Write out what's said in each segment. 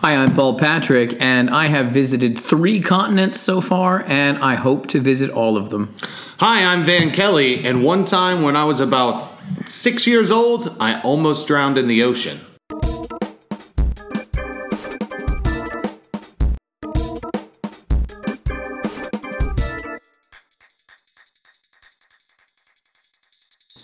Hi, I'm Paul Patrick, and I have visited three continents so far, and I hope to visit all of them. Hi, I'm Van Kelly, and one time when I was about six years old, I almost drowned in the ocean.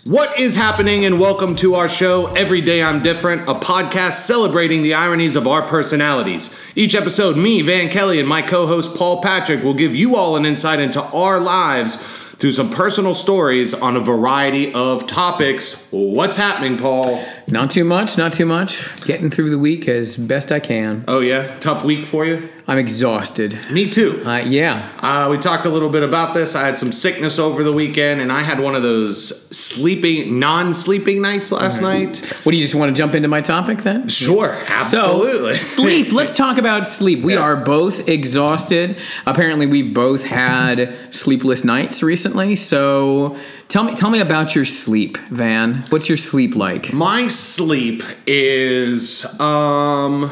What is happening, and welcome to our show, Every Day I'm Different, a podcast celebrating the ironies of our personalities. Each episode, me, Van Kelly, and my co host, Paul Patrick, will give you all an insight into our lives through some personal stories on a variety of topics. What's happening, Paul? Not too much, not too much. Getting through the week as best I can. Oh, yeah? Tough week for you? I'm exhausted. Me too. Uh, yeah, Uh, we talked a little bit about this. I had some sickness over the weekend, and I had one of those sleeping, non sleeping nights last night. What do you just want to jump into my topic then? Sure, absolutely. So, sleep. Let's talk about sleep. We Yeah. are both exhausted. Apparently, we both had sleepless nights recently. So, tell me, tell me about your sleep, Van. What's your sleep like? My sleep is um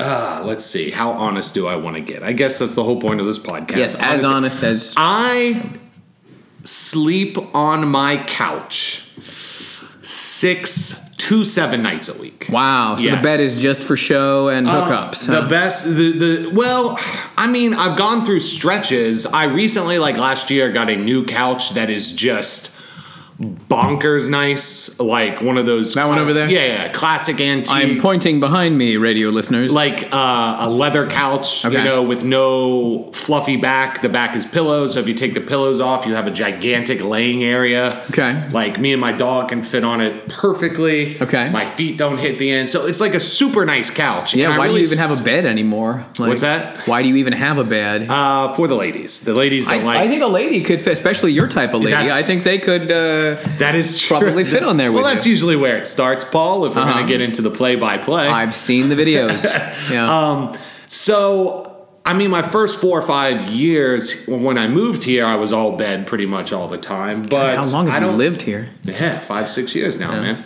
uh, let's see. How honest do I want to get? I guess that's the whole point of this podcast. Yes, as Honestly. honest as I sleep on my couch six to seven nights a week. wow. So the Yes. bed is just for show and hookups. The huh? best, the, the well, I mean, I've gone through stretches. I recently, like last year, got a new couch that is just bonkers nice, like one of those. That one over there? Yeah, yeah, classic antique. I'm pointing behind me, radio listeners. like uh, a leather couch, Okay. you know, with no fluffy back. The back is pillows. So if you take the pillows off, you have a gigantic laying area. Okay. Like me and my dog can fit on it perfectly. Okay. My feet don't hit the end. So it's like a super nice couch. yeah. And I Why do really you even have a bed anymore? Like, What's that? Why do you even have a bed? Uh, for the ladies. The ladies I, don't like I think a lady could, fit, especially your type of lady. That's- I think they could. Uh, that is true. probably fit on there Well, with that's you. usually where it starts, Paul. If we're Uh-huh. going to get into the play-by-play, I've seen the videos. Yeah. Um, so, I mean, my first four or five years when I moved here, I was all bed pretty much all the time. But How long I have you don't, lived here? Yeah, five, six years now, man.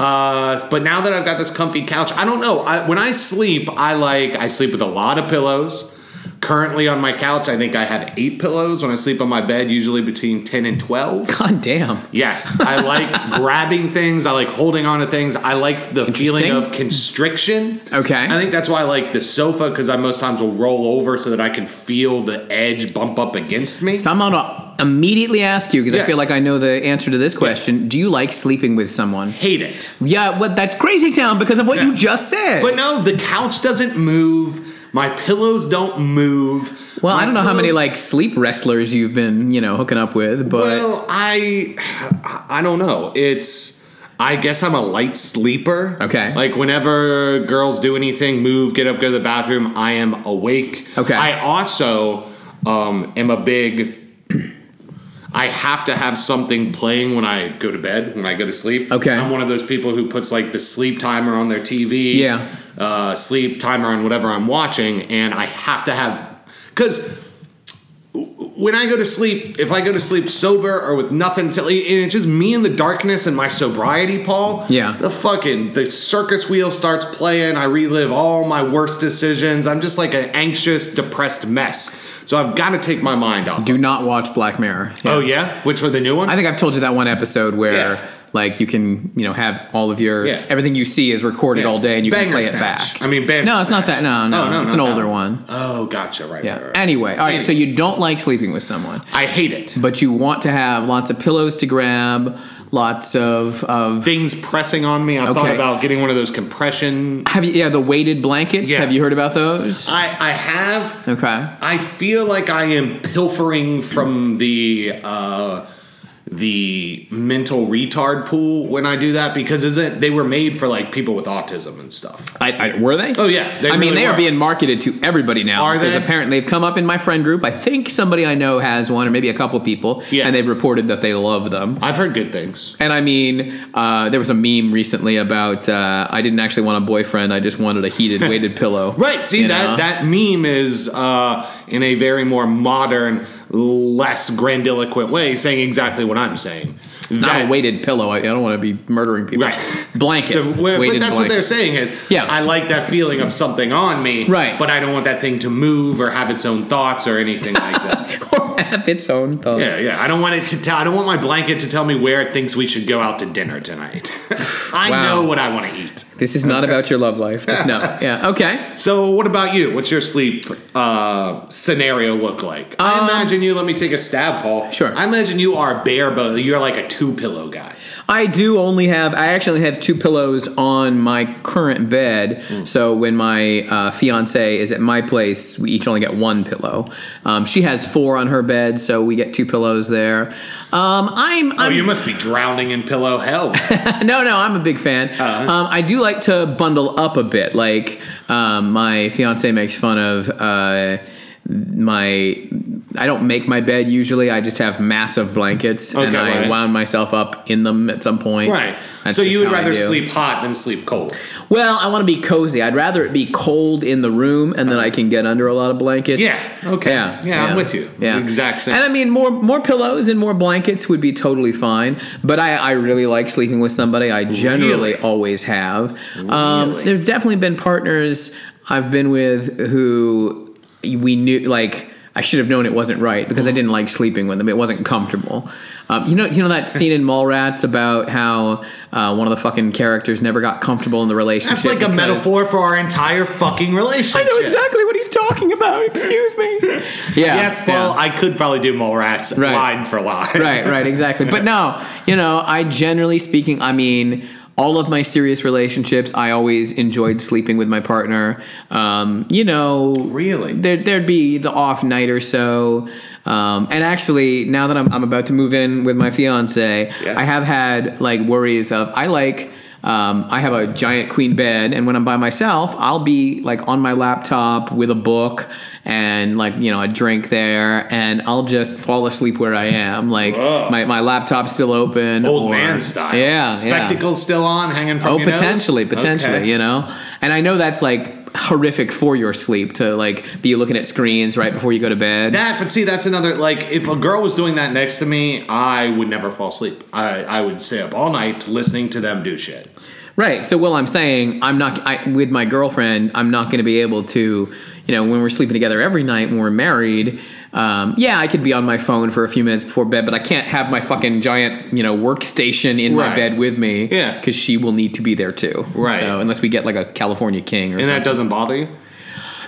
Uh, but now that I've got this comfy couch, I don't know. I, when I sleep, I like I sleep with a lot of pillows. Currently on my couch, I think I have eight pillows. When I sleep on my bed, usually between ten and twelve. God damn. Yes, I like grabbing things. I like holding on to things. I like the feeling Interesting. of constriction. Okay. I think that's why I like the sofa because I most times will roll over so that I can feel the edge bump up against me. So I'm gonna immediately ask you because I Yes. feel like I know the answer to this question. Do you like sleeping with someone? Hate it. Yeah, well, that's crazy town because of what Yeah. you just said. But no, the couch doesn't move. My pillows don't move. well, I My don't know how many pillows- like sleep wrestlers you've been, you know, hooking up with, but Well, I, I don't know. It's. I guess I'm a light sleeper. Okay. Like whenever girls do anything, move, get up, go to the bathroom, I am awake. Okay. I also um, am a big. I have to have something playing when I go to bed, when I go to sleep. Okay. I'm one of those people who puts like the sleep timer on their TV. Yeah. Uh, sleep timer on whatever I'm watching, and I have to have because when I go to sleep, if I go to sleep sober or with nothing to, and it's just me in the darkness and my sobriety, Paul. Yeah. The fucking the circus wheel starts playing. I relive all my worst decisions. I'm just like an anxious, depressed mess. So I've got to take my mind off. do not watch Black Mirror. Yeah. Oh yeah, which one? The new one? I think I've told you that one episode where Yeah. like you can, you know, have all of your Yeah. everything you see is recorded Yeah. all day and you can play it Bandersnatch. back. I mean, no, it's not that. No, no, Bandersnatch. Oh, no, it's no, an no. older one. oh, gotcha. Right. Yeah. right, right. Anyway, all right. So Anyway. you don't like sleeping with someone. I hate it. but you want to have lots of pillows to grab, lots of of Things pressing on me. I thought Okay. about getting one of those compression. have you yeah the weighted blankets. Yeah. Have you heard about those? I I have. okay. I feel like I am pilfering from the uh, the mental retard pool when I do that because isn't they were made for like people with autism and stuff. I, I, were they? Oh, yeah, they I mean, really they are were. being marketed to everybody now. Are because they? Apparently, they've come up in my friend group. I think somebody I know has one, or maybe a couple people. Yeah. And they've reported that they love them. I've heard good things. And I mean, uh, there was a meme recently about uh, I didn't actually want a boyfriend. I just wanted a heated, weighted pillow. Right, see You that know? that meme is uh, in a very more modern, less grandiloquent way saying exactly what I'm saying. Not That- a weighted pillow. I, I don't want to be murdering people. Right. Blanket. The- where- but weighted that's what blanket. they're saying is, Yeah. I like that feeling of something on me, Right. But I don't want that thing to move or have its own thoughts or anything like that. or have its own thoughts. yeah, yeah. I don't want it to tell. I don't want my blanket to tell me where it thinks we should go out to dinner tonight. I Wow. know what I want to eat. This is not about your love life. No. Yeah. Okay. So, what about you? What's your sleep uh, scenario look like? I imagine you. Let me take a stab, Paul. Um, Sure. I imagine you are bare bone. You're like a two pillow guy. I do only have. I actually have two pillows on my current bed. Hmm. So when my uh, fiance is at my place, we each only get one pillow. Um, she has four on her bed, so we get two pillows there. Um, I'm. I'm Oh, you must be drowning in pillow hell. no, no, I'm a big fan. Oh, Um, I do like to bundle up a bit. Like um, my fiance makes fun of uh, my. I don't make my bed usually. I just have massive blankets, and Okay, I right. wound myself up in them at some point. right. That's so just you would how I rather do. sleep hot than sleep cold. Well, I want to be cozy. I'd rather it be cold in the room, and then I can get under a lot of blankets. Yeah, okay. Yeah, I'm with you. Yeah, Exact same. And I mean, more more pillows and more blankets would be totally fine. But I, I really like sleeping with somebody. I generally Really? always have. Um, Really? there've definitely been partners I've been with who we knew like. I should have known it wasn't right because I didn't like sleeping with them. It wasn't comfortable. Um, you know, you know that scene in Mallrats about how uh, one of the fucking characters never got comfortable in the relationship. That's like a because- metaphor for our entire fucking relationship. I know exactly what he's talking about. Excuse me. yeah. Yes, Paul. yeah. I could probably do more rats Right. line for line. right, right, exactly. But no, you know, I generally speaking, I mean, all of my serious relationships, I always enjoyed sleeping with my partner. Um, you know, Really? there, there'd be the off night or so. Um, and actually, now that I'm, I'm about to move in with my fiance, Yeah. I have had like worries of I like. Um, I have a giant queen bed, and when I'm by myself, I'll be like on my laptop with a book and like you know a drink there, and I'll just fall asleep where I am. Like Whoa. my, my laptop's still open, Old or- man style. Yeah, yeah. Spectacles still on, hanging from Oh, your nose? potentially, potentially, Okay. you know. And I know that's like horrific for your sleep to like be looking at screens right before you go to bed. That, but see, that's another like. If a girl was doing that next to me, I would never fall asleep. I, I would stay up all night listening to them do shit. Right. So, well, I'm saying I'm not I, with my girlfriend. I'm not going to be able to, you know, when we're sleeping together every night when we're married. Um, yeah, I could be on my phone for a few minutes before bed, but I can't have my fucking giant, you know, workstation in Right. my bed with me. Yeah. because she will need to be there too. Right. So unless we get like a California King or And something. that doesn't bother you?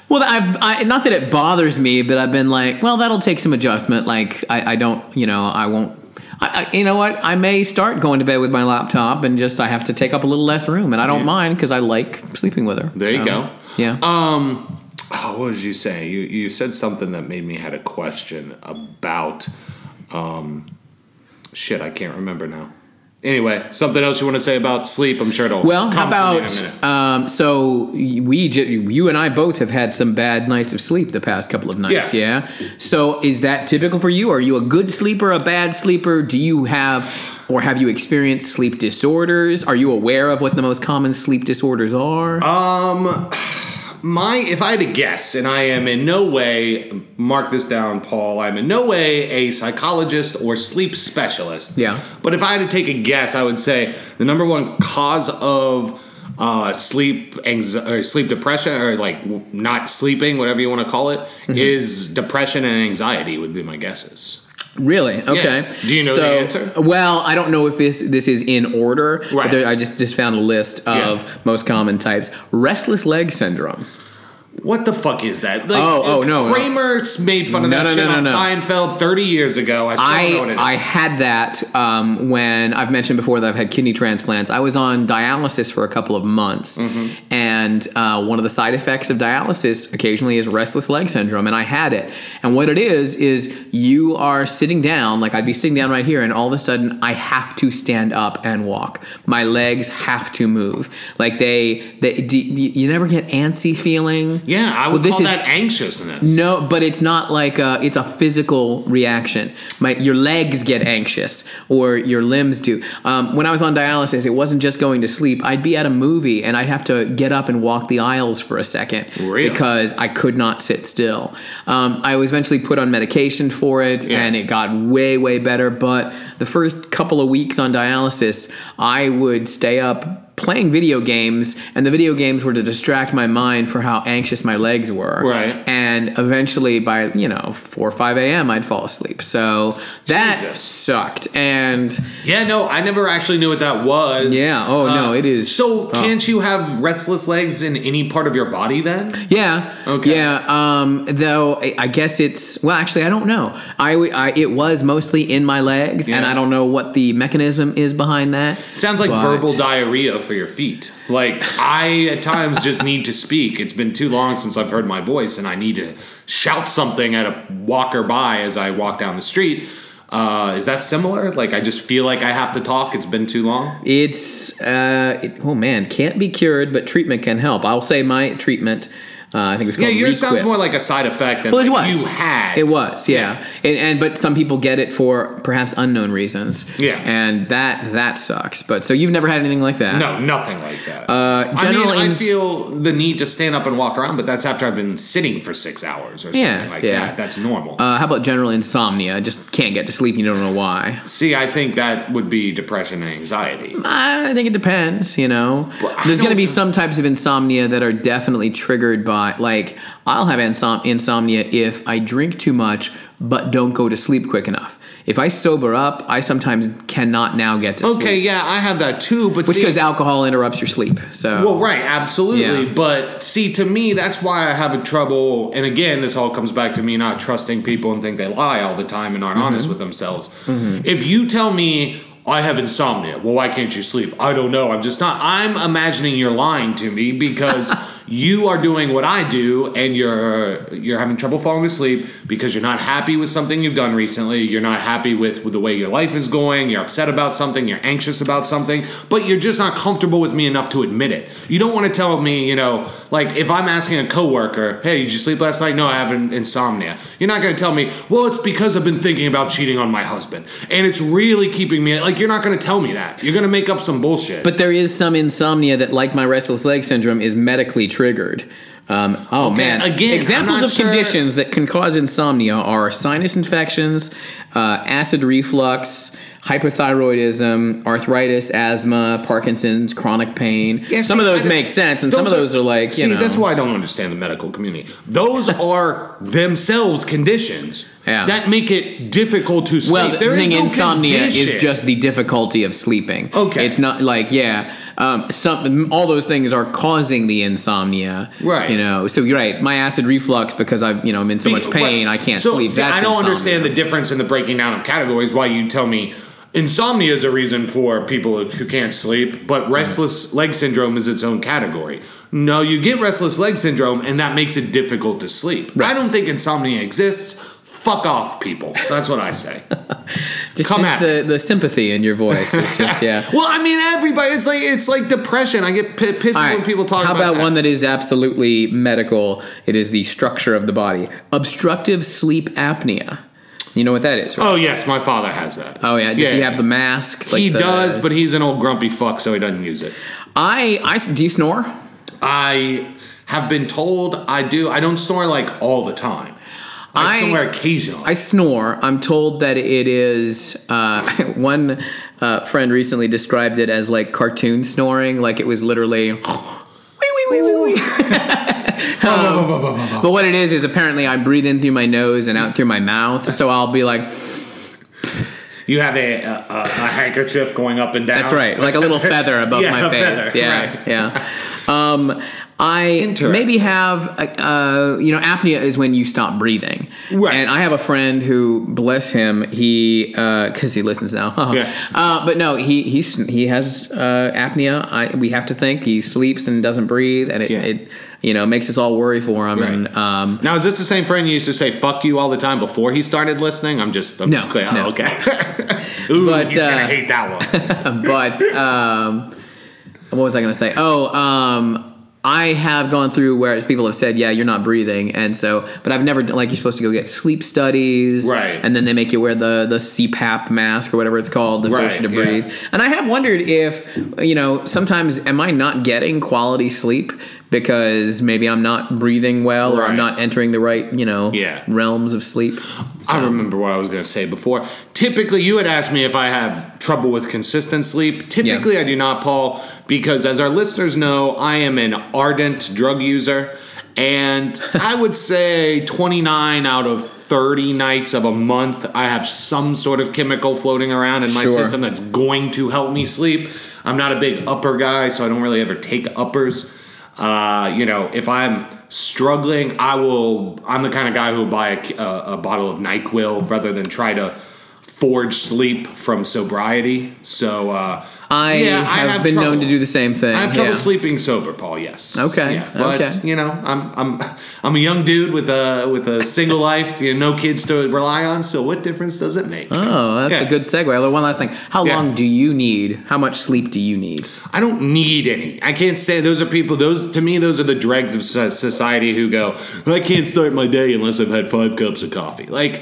Well, I've, I not that it bothers me, but I've been like, well, that'll take some adjustment. Like, I, I don't, you know, I won't. I, I, you know what? I may start going to bed with my laptop and just I have to take up a little less room, and I don't mind because I like sleeping with her. There you go. Yeah. Um, oh, what did you say? You you said something that made me had a question about, um, shit. I can't remember now. Anyway, something else you want to say about sleep? I'm sure it'll. well, how come to me in a minute. about um, so we j- you and I both have had some bad nights of sleep the past couple of nights. Yeah. So is that typical for you? Are you a good sleeper, a bad sleeper? Do you have or have you experienced sleep disorders? Are you aware of what the most common sleep disorders are? Uh, my if I had to guess, and I am in no way mark this down, Paul. I'm in no way a psychologist or sleep specialist. Yeah. But if I had to take a guess, I would say the number one cause of uh, sleep anxiety or sleep depression or like w- not sleeping, whatever you want to call it, is Mm-hmm. depression and anxiety. Would be my guesses. Really? Okay. Do you know the answer? Well, I don't know if this this is in order. but Right. there- I just just found a list Yeah. of most common types. Restless leg syndrome. What the fuck is that? Like, Oh, oh, uh, no, no. Kramer's made fun of No, that no, shit no, no, on no. Seinfeld thirty years ago. I still don't know what it I is. I had that um, when I've mentioned before that I've had kidney transplants. I was on dialysis for a couple of months, Mm-hmm. and uh, one of the side effects of dialysis occasionally is restless leg syndrome, and I had it. And what it is is you are sitting down, like I'd be sitting down right here, and all of a sudden I have to stand up and walk. My legs have to move. Like they, they do, you you never get antsy feeling. Yeah, I Well, would this call is- that anxiousness. No, but it's not like uh it's a physical reaction. My your legs get anxious or your limbs do. Um, when I was on dialysis, it wasn't just going to sleep. I'd be at a movie and I'd have to get up and walk the aisles for a second Really? because I could not sit still. Um, I was eventually put on medication for it, Yeah. and it got way way better. But the first couple of weeks on dialysis, I would stay up. Playing video games, and the video games were to distract my mind for how anxious my legs were Right. and eventually by you know 4 or 5 a.m i'd fall asleep so that Jesus. sucked and Yeah, no, I never actually knew what that was. Uh, Yeah, oh, no, it is- So, oh. can't you have restless legs in any part of your body then? yeah Okay. yeah um though i I guess it's well actually i don't know i, w- I- it was mostly in my legs and Yeah. i don't know what the mechanism is behind that sounds like but- verbal diarrhea for your feet. Like I at times just need to speak. It's been too long since I've heard my voice, and I need to shout something at a walker by as I walk down the street. Uh, is that similar? Like I just feel like I have to talk. It's been too long. It's uh, it, oh man, can't be cured, but treatment can help. I'll say my treatment. Uh, I think it's Yeah, called. yours sounds Requip. more like a side effect than Well, it like was. you had. It was, yeah. And, and but some people get it for perhaps unknown reasons. Yeah. and that that sucks. But so you've never had anything like that. No, nothing like that. Uh, I mean, general I ins- feel the need to stand up and walk around, but that's after I've been sitting for six hours or something Yeah, like yeah. that. That's normal. Uh, how about general insomnia? Just can't get to sleep. and You don't know why. See, I think that would be depression and anxiety. Mm, I think it depends. You know, Well, I there's going to don't be know. some types of insomnia that are definitely triggered by like I'll have insom- insomnia if I drink too much but don't go to sleep quick enough. If I sober up, I sometimes cannot now get to Okay, sleep. yeah, I have that too, but Which see, because alcohol interrupts your sleep. So well, right, absolutely. Yeah. But see, to me, that's why I have a trouble. And again, this all comes back to me not trusting people and think they lie all the time Mm-hmm. and aren't honest with themselves. If you tell me I have insomnia, well, why can't you sleep? I don't know. I'm just not. I'm imagining you're lying to me because you are doing what I do, and you're you're having trouble falling asleep because you're not happy with something you've done recently. You're not happy with, with the way your life is going. You're upset about something. You're anxious about something, but you're just not comfortable with me enough to admit it. You don't want to tell me, you know, like if I'm asking a coworker, "Hey, did you sleep last night?" No, I have an insomnia. You're not going to tell me, "Well, it's because I've been thinking about cheating on my husband, and it's really keeping me." Like you're not going to tell me that. You're going to make up some bullshit. But there is some insomnia that, like my restless leg syndrome, is medically triggered. Um, oh man! again, I'm examples not of sure- conditions that can cause insomnia are sinus infections, uh, acid reflux, hypothyroidism, arthritis, asthma, Parkinson's, chronic pain. Yeah, some see, of I those don't- make sense, and some of those are, like see, you know. that's why I don't understand the medical community. Those are themselves conditions Yeah. that make it difficult to sleep. well, the There is thing no insomnia condition. is just the difficulty of sleeping. Okay. it's not like yeah, um, some all those things are causing the insomnia. Right. You know, so you're right. My acid reflux because I've you know I'm in so much Be- pain what- I can't so, sleep. see, That's I don't insomnia. understand the difference in the breaking down of categories. Why you tell me insomnia is a reason for people who can't sleep, Mm. but restless leg syndrome is its own category. No, you get restless leg syndrome, and that makes it difficult to sleep. I don't think insomnia exists. Fuck off, people. That's what I say. Just, come just at the the sympathy in your voice is just yeah. Well, I mean, everybody. It's like it's like depression. I get p- pissed All right. when people talk How about, about that. one that is absolutely medical? It is the structure of the body. Obstructive sleep apnea. You know what that is, right? Oh yes, my father has that. Oh, yeah. Does he have the mask? he like the- does, but he's an old grumpy fuck, so he doesn't use it. I, I do you snore? I have been told I do. I don't snore like all the time. I, I- snore occasionally. I snore. I'm told that it is. Uh, one uh, friend recently described it as like cartoon snoring, like it was literally. wee, wee, wee, wee, wee. Um, But what it is is apparently I breathe in through my nose and out through my mouth, so I'll be like, you have a, a, a, a handkerchief going up and down. "That's right," like a little feather above Yeah, my a face. feather, yeah, right. yeah. Um, I Interesting. maybe have, uh, you know, apnea is when you stop breathing. Right. And I have a friend who, bless him, he because he listens now. Yeah. Uh, but no, he he sn- he has uh, apnea. I, we have to think he sleeps and doesn't breathe, and it, Yeah. it you know makes us all worry for him. Right. And um, Now, is this the same friend you used to say "fuck you" all the time before he started listening? I'm just, I'm No, just clear. Oh, no. okay. Ooh, But, he's gonna uh, hate that one. but um, what was I going to say? Oh, um, I have gone through where people have said, "Yeah, you're not breathing," and so, but I've never done- like you're supposed to go get sleep studies, Right. And then they make you wear the the CPAP mask or whatever it's called to force Right, you to yeah. breathe. And I have wondered if you know sometimes am I not getting quality sleep because maybe I'm not breathing well or Right. I'm not entering the right you know Yeah. realms of sleep. I remember what I was going to say before. Typically, you had asked me if I have trouble with consistent sleep. Typically, I do not, Paul, because as our listeners know, I am an ardent drug user. And I would say 29 out of 30 nights of a month, I have some sort of chemical floating around in my Sure. system that's going to help me sleep. I'm not a big upper guy, so I don't really ever take uppers. Uh, you know, if I'm struggling, I will. I'm the kind of guy who will buy a, a, a bottle of Nyquil rather than try to forge sleep from sobriety. So uh, I yeah, have, been known trouble. to do the same thing. I have trouble yeah. sleeping sober, Paul. Yes. Okay, Yeah, but okay. you know, I'm I'm I'm a young dude with a with a single life, you know, no kids to rely on. So what difference does it make? Oh, that's Yeah. a good segue. Although one last thing, how Yeah. long do you need? How much sleep do you need? I don't need any. I can't stand those are people. Those to me, those are the dregs of so- society who go. I can't start my day unless I've had five cups of coffee. Like,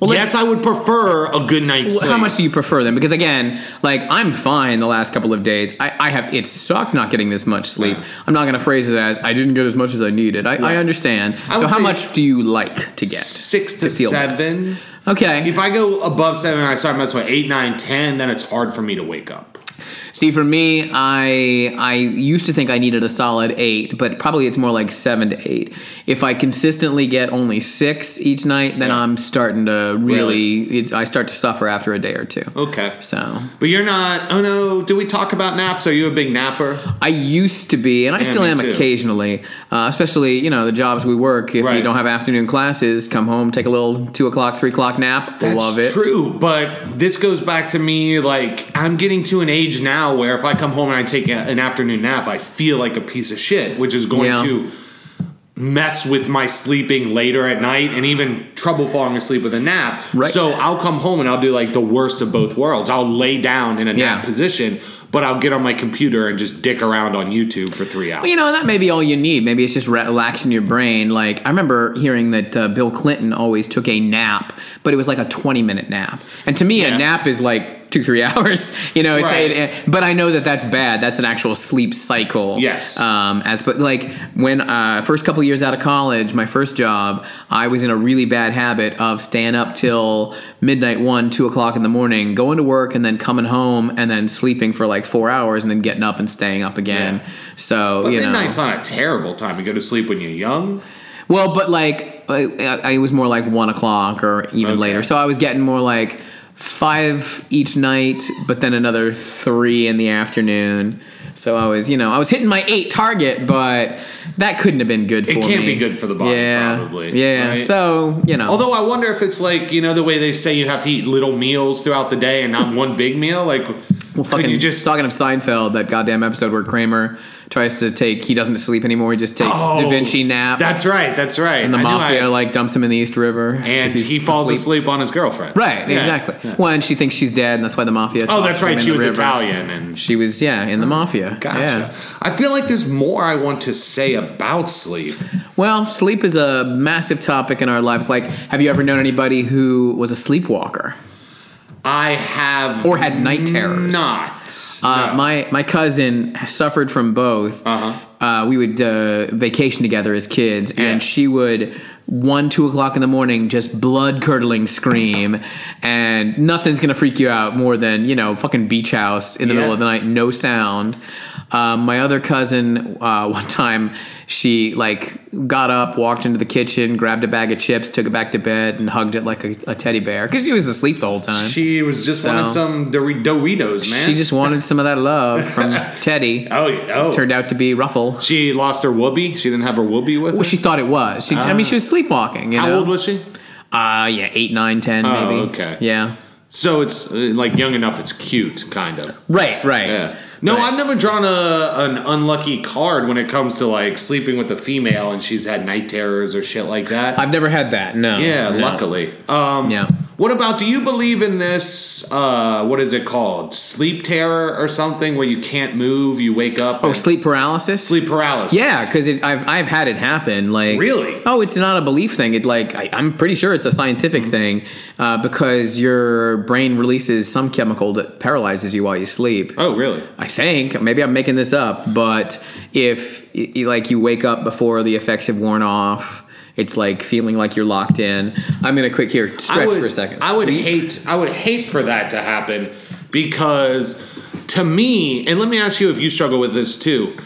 Well, yes, let's- I would prefer a good night's Well, sleep. How much do you prefer them? Because again, like I'm fine the last couple of days. I, I have it sucked not getting this much sleep. Yeah. I'm not going to phrase it as I didn't get as much as I needed. I, I understand. I so would how say much do you like to get? Six to, feel best? seven. Okay. If I go above seven, I start messing with eight, nine, ten. Then it's hard for me to wake up. See, for me, I I used to think I needed a solid eight, but probably it's more like seven to eight. If I consistently get only six each night, then Yeah. I'm starting to really, it's, I start to suffer after a day or two. Okay. So But you're not. Oh no. Do we talk about naps? Are you a big napper? I used to be, and I still me am too. occasionally, uh, especially you know the jobs we work. If Right. you don't have afternoon classes, come home, take a little two o'clock, three o'clock nap. That's Love it. True, but this goes back to me like I'm getting to an age now where if I come home and I take a, an afternoon nap, I feel like a piece of shit, which is going Yeah. to mess with my sleeping later at night and even trouble falling asleep with a nap. Right. So I'll come home and I'll do like the worst of both worlds. I'll lay down in a Yeah. nap position, but I'll get on my computer and just dick around on YouTube for three hours. Well, you know, that may be all you need. Maybe it's just relaxing your brain. Like, I remember hearing that uh, Bill Clinton always took a nap, but it was like a 20 minute nap. And to me, Yeah. a nap is like two, three hours. You know, it's Right. it- but I know that that's bad. That's an actual sleep cycle. Yes. Um, as but like when uh, first couple years out of college, my first job, I was in a really bad habit of staying up till midnight, one, two o'clock in the morning, going to work, and then coming home, and then sleeping for like four hours, and then getting up and staying up again. Yeah. So But you know, midnight's not a terrible time to go to sleep when you're young. well, but like I, I- it was more like one o'clock or even Okay. later. So I was getting more like five each night, but then another three in the afternoon. So I was, you know, I was hitting my eight target, but that couldn't have been good for me. It can't be good for the body, yeah, probably, Yeah. right? So you know, Although I wonder if it's like you know the way they say you have to eat little meals throughout the day and not one big meal. Like, well, could fucking you just talking of Seinfeld, that goddamn episode where Kramer tries to take, he doesn't sleep anymore. He just takes Oh, Da Vinci naps. That's right. That's right. And the I knew mafia I- like dumps him in the East River, 'cause and he's he falls asleep. asleep. on his girlfriend. Right, Yeah, exactly. yeah. Well, and she thinks she's dead, and that's why the mafia. Oh, tosses that's them right. in She the was river. Italian, and She was, yeah, in the mafia. gotcha. I feel like there's more I want to say about sleep. Yeah. Well, sleep is a massive topic in our lives. Like, have you ever known anybody who was a sleepwalker I have or had night terrors? not. Uh, No. My my cousin suffered from both. Uh-huh. Uh, we would uh, vacation together as kids, Yeah. and she would one two o'clock in the morning just blood curdling scream, and nothing's gonna freak you out more than you know fucking beach house in the Yeah. middle of the night, no sound. Um, my other cousin, uh, one time, she like got up, walked into the kitchen, grabbed a bag of chips, took it back to bed, and hugged it like a, a teddy bear because she was asleep the whole time. she was just wanting some Dor- Doritos, man. She just wanted some of that love from Teddy. oh, yeah, oh. Turned out to be Ruffle. She lost her whoopee. She didn't have her whoopee with her. Well, she thought it was. She, I mean, she was sleepwalking. You Ah. How know? old was she? Uh, yeah, eight, nine, ten, Oh, maybe. okay. Yeah. So it's uh, like young enough. It's cute, kind of. Right. Right. Yeah. No, Right. I've never drawn a an unlucky card when it comes to like sleeping with a female and she's had night terrors or shit like that. I've never had that. No. yeah, no. luckily. Um, Yeah. What about do you believe in this? Uh, what is it called? Sleep terror or something where you can't move, you wake up. Oh, and- sleep paralysis. sleep paralysis. Yeah, because I've I've had it happen. Like Really? Oh, it's not a belief thing. It like I, I'm pretty sure it's a scientific Mm-hmm. thing uh, because your brain releases some chemical that paralyzes you while you sleep. Oh, really? I think maybe I'm making this up, but if y- y- like you wake up before the effects have worn off, it's like feeling like you're locked in. I'm gonna quick here stretch I would, for a second. I would hate. I would hate for that to happen because, to me, and let me ask you if you struggle with this too.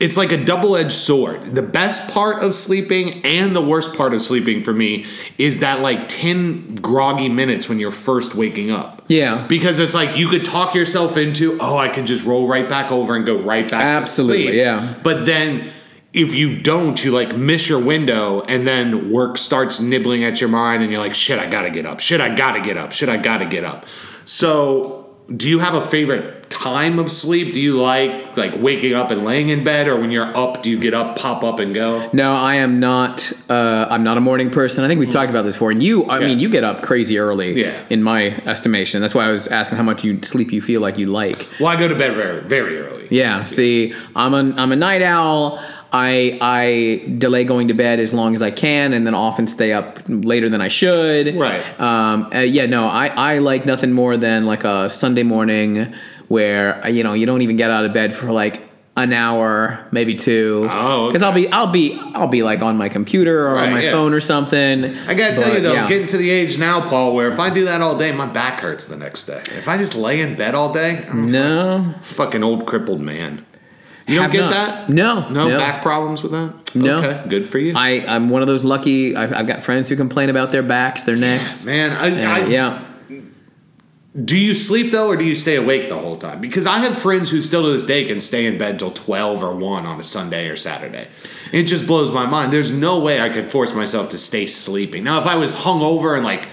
It's like a double-edged sword. The best part of sleeping and the worst part of sleeping for me is that like ten groggy minutes when you're first waking up. Yeah. because it's like you could talk yourself into, oh, I could just roll right back over and go right back. Absolutely, to sleep. yeah. But then if you don't, you like miss your window and then work starts nibbling at your mind and you're like, shit, I gotta get up. Shit, I gotta get up. Shit, I gotta get up. So do you have a favorite time of sleep? Do you like like waking up and laying in bed or when you're up, do you get up, pop up and go? No, I am not. Uh, I'm not a morning person. I think we've talked about this before. And you, I Mm-hmm. Yeah. mean, you get up crazy early. Yeah. In my estimation, that's why I was asking how much you sleep you feel like you like. Well, I go to bed very very early. Yeah. See, I'm an I'm a night owl. I I delay going to bed as long as I can, and then often stay up later than I should. Right. Um. uh, yeah. No. I I like nothing more than like a Sunday morning where uh, you know you don't even get out of bed for like an hour, maybe two. Oh, okay. Because I'll be I'll be I'll be like on my computer or Right, on my yeah. phone or something. I gotta tell But, you though, yeah. getting to the age now, Paul, where if I do that all day, my back hurts the next day. If I just lay in bed all day, I'm no. a fucking old crippled man. You don't Have get not. that? No, no. no. back problems with that? No. Okay, good for you. I I'm one of those lucky. I've, I've got friends who complain about their backs, their necks. Man, I, I, And, yeah. do you sleep though, or do you stay awake the whole time? Because I have friends who still to this day can stay in bed till twelve or one on a Sunday or Saturday. It just blows my mind. There's no way I could force myself to stay sleeping. Now, if I was hungover and like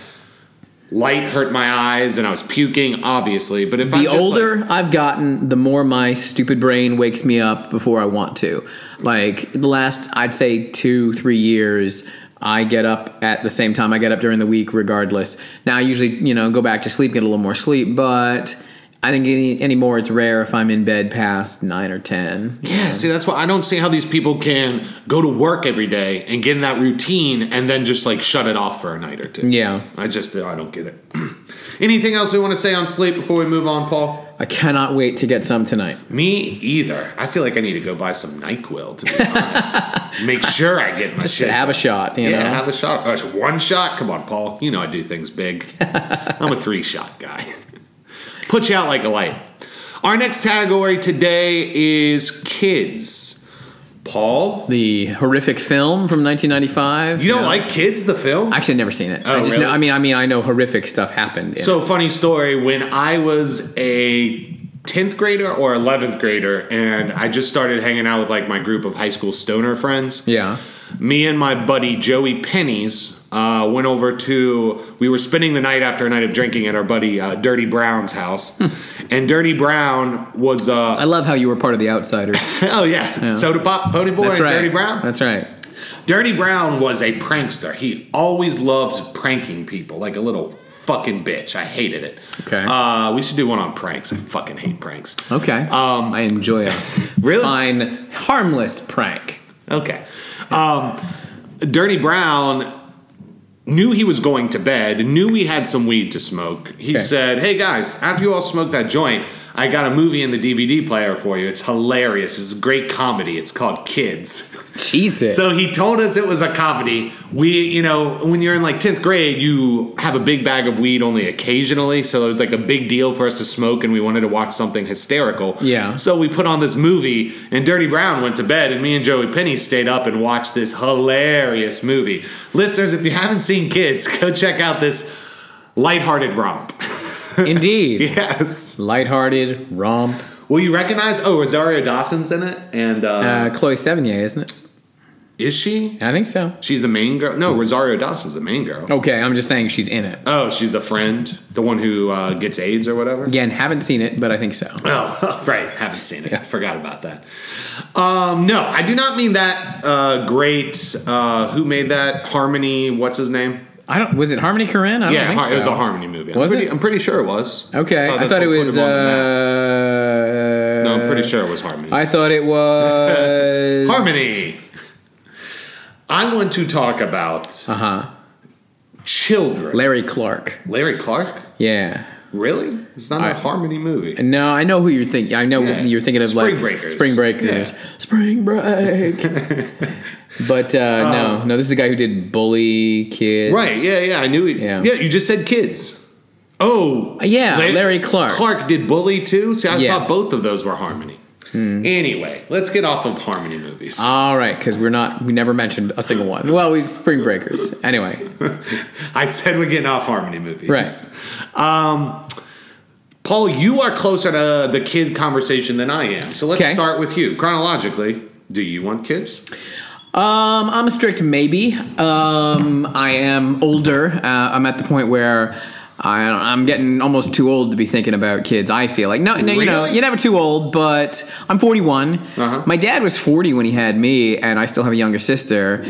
light hurt my eyes and I was puking, obviously. But if I'm the just, like- older I've gotten, the more my stupid brain wakes me up before I want to. Like the last, I'd say two, three years, I get up at the same time I get up during the week, regardless. Now I usually, you know, go back to sleep, get a little more sleep, but I think any, anymore it's rare if I'm in bed past nine or ten. Yeah, see, that's why I don't see how these people can go to work every day and get in that routine and then just like shut it off for a night or two. Yeah, I just, I don't get it. Anything else we want to say on sleep before we move on, Paul? I cannot wait to get some tonight. Me either. I feel like I need to go buy some NyQuil, to be honest. Make sure I get my shit. To have a shot, you yeah, know. have a shot. Oh, it's one shot? Come on, Paul. You know I do things big. I'm a three shot guy. Put you out like a light. Our next category today is kids. Paul, the horrific film from 1995. You don't know. like kids, the film? Actually, I've never seen it. I just really? know, I mean, I mean, I know horrific stuff happened. in so funny story. When I was a tenth grader or eleventh grader, and I just started hanging out with like my group of high school stoner friends. Yeah. Me and my buddy Joey Pennies uh, went over to. We were spending the night after a night of drinking at our buddy uh, Dirty Brown's house, Hmm. and Dirty Brown was. I Uh, love how you were part of the outsiders. oh yeah, soda pop, pony boy, That's and right. Dirty Brown. That's right. Dirty Brown was a prankster. He always loved pranking people like a little fucking bitch. I hated it. Okay. Uh, we should do one on pranks. I fucking hate pranks. Okay. Um, I enjoy a Really? fine, harmless prank. Okay. Um, Dirty Brown knew he was going to bed, knew he had some weed to smoke. He Okay. said, Hey guys, after you all smoke that joint, I got a movie in the DVD player for you. It's hilarious. It's a great comedy. It's called Kids. Jesus. So he told us it was a comedy. We, you know, when you're in like 10th grade, you have a big bag of weed only occasionally. So it was like a big deal for us to smoke and we wanted to watch something hysterical. Yeah. So we put on this movie and Dirty Brown went to bed and me and Joey Penny stayed up and watched this hilarious movie. Listeners, if you haven't seen kids, go check out this lighthearted romp. Indeed. Yes. Lighthearted romp. Will you recognize? Oh, Rosario Dawson's in it. And uh, Uh, Chloe Sevigny, isn't it? is she? I think so. She's the main girl. No, Rosario Dawson's the main girl. Okay, I'm just saying she's in it. Oh, she's the friend, the one who uh, gets AIDS or whatever. Again, haven't seen it, but I think so. Oh, right. Haven't seen it. Yeah. Forgot about that. Um, no, I do not mean that. Uh, great. Uh, who made that? Harmony. What's his name? I don't. Was it Harmony Korine? I don't Yeah, think har- so. it was a Harmony movie. I'm Was pretty, it? I'm pretty sure it was. Oh, Okay, I that's thought it what put was. him on the map. Uh, no, I'm pretty sure it was Harmony. I thought it was Harmony. I want to talk about Uh huh. children. Larry Clark. Larry Clark? Yeah. Really? It's not a I- Harmony movie. No, I know who you're thinking. I know Yeah. you're thinking of Spring like Breakers. Spring Breakers, Yeah. Spring Break. but uh, no, no, this is the guy who did Bully Kids. Um, right? Yeah, yeah. I knew. He, Yeah. Uh, yeah. You just said kids. Oh, Yeah, Larry Clark. Clark did Bully too. See, I Yeah. Hmm. thought both of those were Harmony. Anyway, let's get off of Harmony movies. All right, because we're not. We never mentioned a single one. Well, we Spring Breakers. Anyway, I said we're getting off Harmony movies. Right. Um, Paul, you are closer to the kid conversation than I am. So let's Okay. start with you chronologically. Do you want kids? Um, I'm a strict maybe. Um, I am older. Uh, I'm at the point where I, I'm getting almost too old to be thinking about kids. I feel like no, no, you know, Really? you're never too old. But I'm 41. Uh-huh. My dad was 40 when he had me, and I still have a younger sister.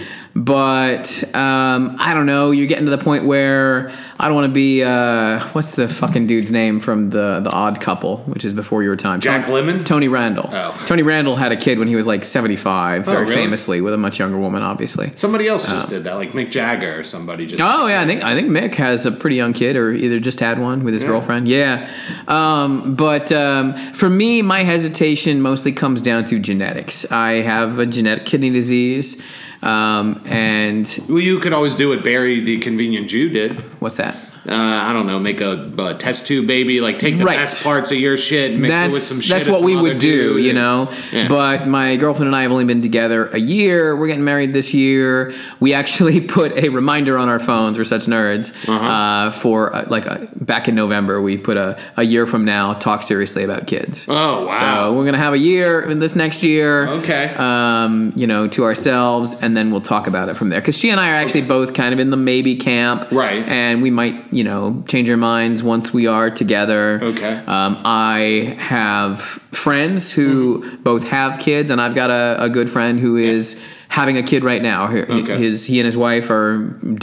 But um, I don't know. You're getting to the point where I don't want to be. Uh, what's the fucking dude's name from the the Odd Couple, which is before your time? Jack Tom- Lemmon? Tony Randall. Oh. Tony Randall had a kid when he was like 75, very really? famously, with a much younger woman, obviously. Somebody else just did that, like Mick Jagger or somebody just. Oh yeah, I think I think Mick has a pretty young kid, or either just had one with his girlfriend. Yeah, um, but um, for me, my hesitation mostly comes down to genetics. I have a genetic kidney disease, um, and Well, you could always do what Barry the Convenient Jew did. what's that? uh, I don't know, make a, a test tube baby, like take the Right. best parts of your shit, mix it with some shit. That's of what some we other would do, dude. you know. Yeah. But my girlfriend and I have only been together a year. We're getting married this year. We actually put a reminder on our phones. We're such nerds. uh Uh-huh. for uh, like uh back in November, we put a a year from now. Talk seriously about kids. Oh So wow. we're gonna have a year in this next year. okay. Um, you know, to ourselves, and then we'll talk about it from there. Because she and I are actually both kind of in the maybe camp, Right. And we might, you know, change our minds once we are together. Okay. Um, I have friends who Mm-hmm. both have kids, and I've got a, a good friend who is having a kid right now. He- Okay. His he and his wife are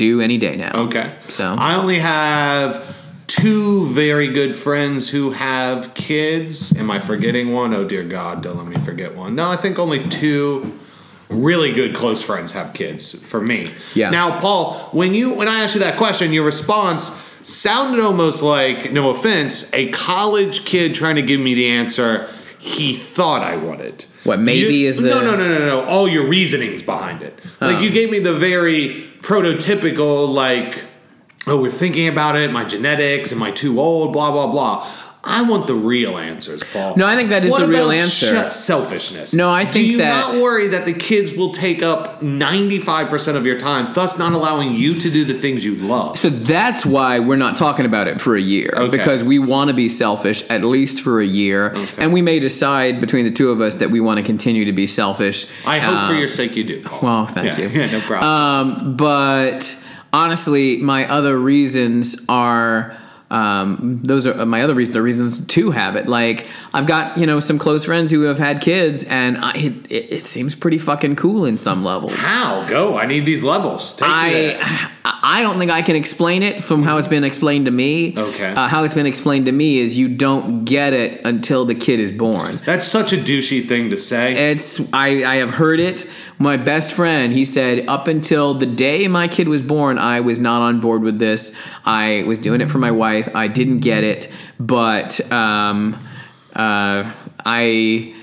due any day now. okay. so- I only have two very good friends who have kids. Am I forgetting one? Oh dear God! Don't let me forget one. No, I think only two. Really good close friends have kids for me. Yeah. Now, Paul, when you when I asked you that question, your response sounded almost like, no offense, a college kid trying to give me the answer he thought I wanted. What, maybe You- is the- no no no no no all your reasonings behind it. Like you gave me the very prototypical like, oh, we're thinking about it, my genetics, am I too old, blah blah blah. I want the real answers, Paul. No, I think that is What the real about answer. sh- selfishness. No, I think Do you that- not worry that the kids will take up ninety five percent of your time, thus not allowing you to do the things you love? So that's why we're not talking about it for a year Okay. because we want to be selfish at least for a year, and we may decide between the two of us that we want to continue to be selfish. I hope for Um, your sake you do. Paul. well, thank Yeah, you. Yeah, no problem. Um, but honestly, my other reasons are. Um, those are my other reasons. The reasons to have it, like I've got you know some close friends who have had kids, and I, it, it, it seems pretty fucking cool in some levels. How go? I need these levels. Take me there. I I don't think I can explain it from how it's been explained to me. Okay. Uh, how it's been explained to me is you don't get it until the kid is born. That's such a douchey thing to say. It's I, I have heard it. My best friend, he said, up until the day my kid was born, I was not on board with this. I was doing it for my wife. I didn't get it, but um, uh, I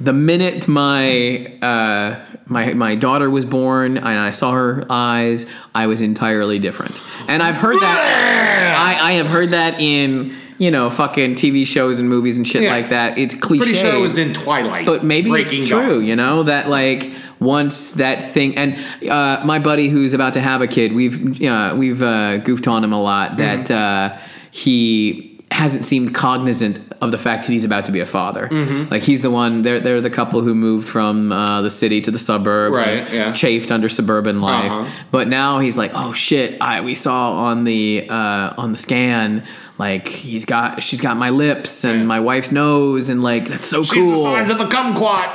the minute my uh, my my daughter was born and I saw her eyes, I was entirely different. And I've heard that I, I have heard that in you know fucking TV shows and movies and shit Yeah. like that. It's cliche Pretty sure it was in Twilight. but maybe it's Dawn. true you know that like once that thing and uh, my buddy who's about to have a kid we've uh, we've uh, goofed on him a lot Mm-hmm. that uh, he hasn't seemed cognizant of the fact that he's about to be a father Mm-hmm. like he's the one they're, they're the couple who moved from uh, the city to the suburbs Right, and yeah. chafed under suburban life Uh-huh. but now he's like oh shit I, we saw on the uh, on the scan like he's got she's got my lips and my wife's nose and like that's so She's cool the size of a kumquat.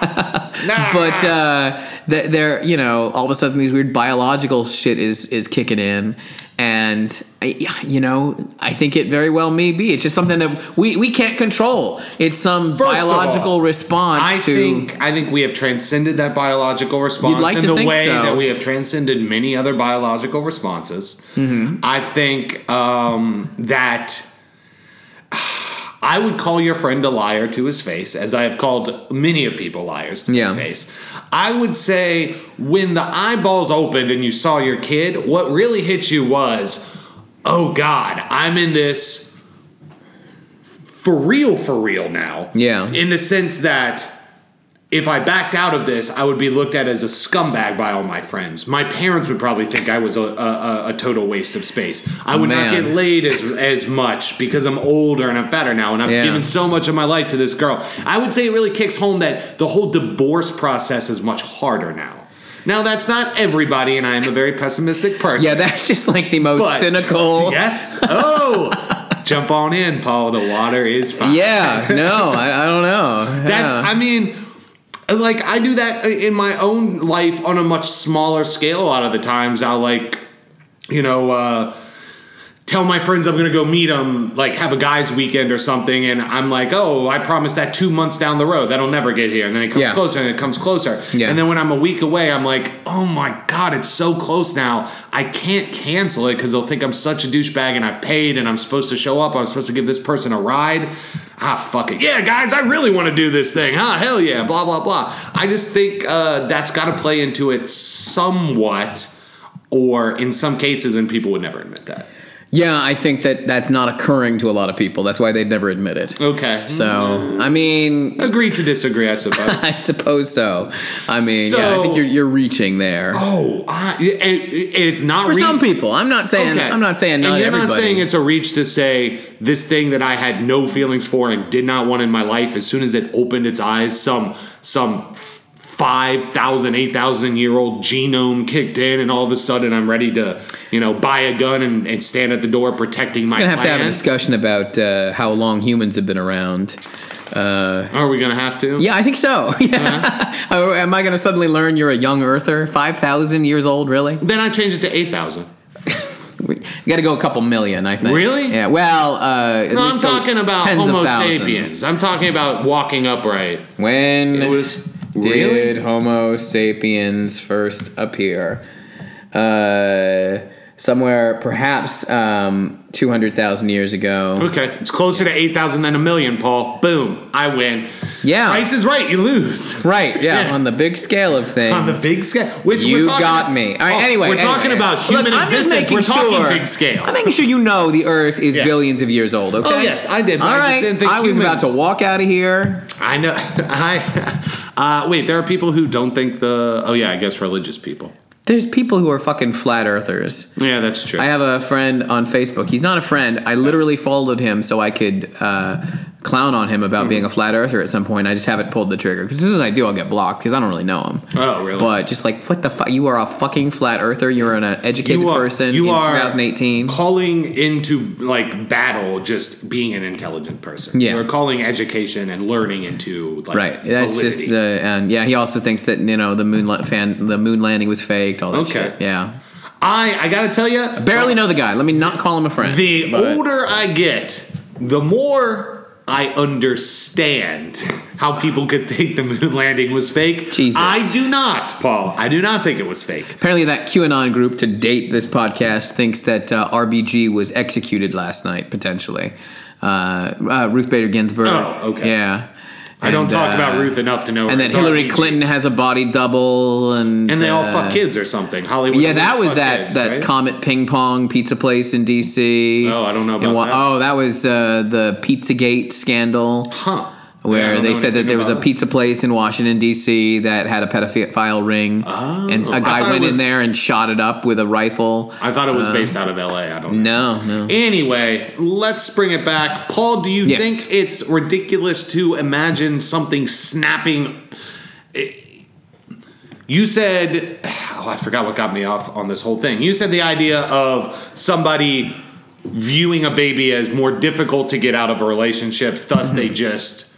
nah. but uh, th- they're you know all of a sudden these weird biological shit is is kicking in And I, you know, I think it very well may be. It's just something that we, we can't control. It's some of all, biological response I to. think I think we have transcended that biological response You'd like in to the think way so. that we have transcended many other biological responses. Mm-hmm. I think um, that I would call your friend a liar to his face, as I have called many of people liars to Yeah. their face. I would say when the eyeballs opened and you saw your kid, what really hit you was, oh God, I'm in this for real, for real now. Yeah. In the sense that if I backed out of this, I would be looked at as a scumbag by all my friends. My parents would probably think I was a, a, a- a total waste of space. I would not Man. get laid as, as much because I'm older and I'm better now and I've Yeah. given so much of my life to this girl. I would say it really kicks home that the whole divorce process is much harder now. Now, that's not everybody, and I am a very pessimistic person. yeah, that's just like the most But- cynical. Yes. Oh, jump on in, Paul. The water is fine. Yeah, no, I, I don't know. That's, Yeah. I mean, like, I do that in my own life on a much smaller scale a lot of the times. I'll, like, you know, uh, tell my friends I'm going to go meet them, like, have a guy's weekend or something. And I'm like, oh, I promised that two months down the road. That'll never get here. And then it comes Yeah. closer and it comes closer. Yeah. And then when I'm a week away, I'm like, oh my God, it's so close now. I can't cancel it because they'll think I'm such a douchebag and I paid and I'm supposed to show up. I'm supposed to give this person a ride. Ah, fuck it. Yeah, guys, I really want to do this thing. Huh? Hell yeah. Blah, blah, blah. I just think uh, that's got to play into it somewhat, or in some cases, and people would never admit that. yeah, I think that that's not occurring to a lot of people. That's why they'd never admit it. Okay. So, I mean, Agree to disagree, I suppose. I suppose so. I mean, yeah, I think So- you're you're reaching there oh, I, and, and it's not for re- some people. I'm not saying I'm not saying not and you're everybody. not saying it's a reach to say this thing that I had no feelings for and did not want in my life. As soon as it opened its eyes, some some 5,000, 8,000 year old genome kicked in, and all of a sudden I'm ready to you know buy a gun and, and stand at the door protecting my. We're gonna have to have a plan. discussion about uh, how long humans have been around. Uh, Are we gonna have to? yeah, I think so. Yeah. Uh-huh. Oh, Am I going to suddenly learn you're a young Earther, five thousand years old? Really? Then I changed it to eight thousand. We got to go a couple million, I think. Really? Yeah. Well, uh, at No, I'm least go talking about tens of Homo thousands. sapiens. I'm talking about walking upright. When It was did really. Homo sapiens first appear? Uh, somewhere, perhaps um, two hundred thousand years ago. Okay, it's closer to 8,000 than a million, Paul. Boom, I win. Yeah. Price is right, you lose. Right. Yeah, Yeah. On the big scale of things. On the big scale, which You we're talking, got me. All right, Oh, anyway, we're talking anyway. about human Look, I'm just existence. making We're talking sure- big scale. I'm making sure you know the Earth is Yeah. billions of years old. Okay. Oh, yes, I did, but All I just right, didn't think I was about humans- to walk out of here. I know. I uh, wait. There are people who don't think the. Oh yeah, I guess religious people. There's people who are fucking flat earthers. Yeah, that's true. I have a friend on Facebook. He's not a friend. I literally followed him so I could uh, clown on him about Mm-hmm. being a flat earther at some point. I just haven't pulled the trigger because as soon as I do, I'll get blocked because I don't really know him. Oh, really? But just like, what the fuck? You are a fucking flat earther. You're an uh, educated person in 2018. calling into like battle just being an intelligent person. Yeah. you're calling education and learning into like Right. That's validity. just the and yeah. He also thinks that you know the moon la- fan the moon landing was faked. All that Okay. shit. Yeah. I I gotta tell you, Barely know the guy. Let me not call him a friend. The but- older I get, the more I understand how people could think the moon landing was fake. Jesus. I do not, Paul. I do not think it was fake. Apparently, that QAnon group to date this podcast thinks that uh, RBG was executed last night, potentially. Uh, uh, Ruth Bader Ginsburg. Oh, okay. Yeah. I don't And, talk uh, about Ruth enough to know. And her then as Hillary RBG. Clinton has a body double, and And they all uh, fuck kids or something. Hollywood. Yeah, that always was fuck that kids, that right? Comet Ping Pong Pizza Place in D.C. Oh, I don't know And about wa- that. Oh, that was uh, the PizzaGate scandal huh? Yeah, I where don't they know said that anything there was a about pizza place in Washington D.C. that had a pedophile ring, and Oh, I a thought guy it went was- in there and shot it up with a rifle. I thought it Uh, was based out of L.A. I don't. know. No, no. Anyway, let's bring it back. Paul, do you Yes. think it's ridiculous to imagine something snapping? You said, oh, I forgot what got me off on this whole thing. You said the idea of somebody viewing a baby as more difficult to get out of a relationship, thus they Mm-hmm. just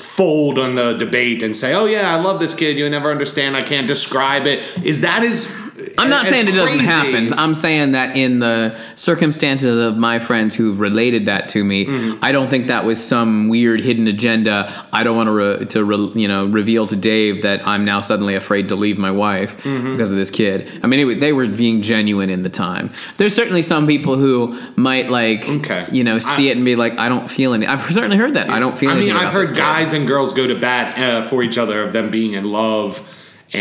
fold on the debate and say, "Oh yeah, I love this kid. You never understand. I can't describe it." Is that as I'm not It's saying it doesn't crazy. happen. I'm saying that in the circumstances of my friends who've related that to me, Mm-hmm. I don't think that was some weird hidden agenda. I don't want to re- to re- you know reveal to Dave that I'm now suddenly afraid to leave my wife Mm-hmm. because of this kid. I mean, it, wa- they were being genuine in the time. There's certainly some people who might like Okay. you know see I- it and be like, I don't feel any. I've certainly heard that. I don't feel. I mean, anything I've about heard this kid. guys and girls go to bat uh, for each other of them being in love,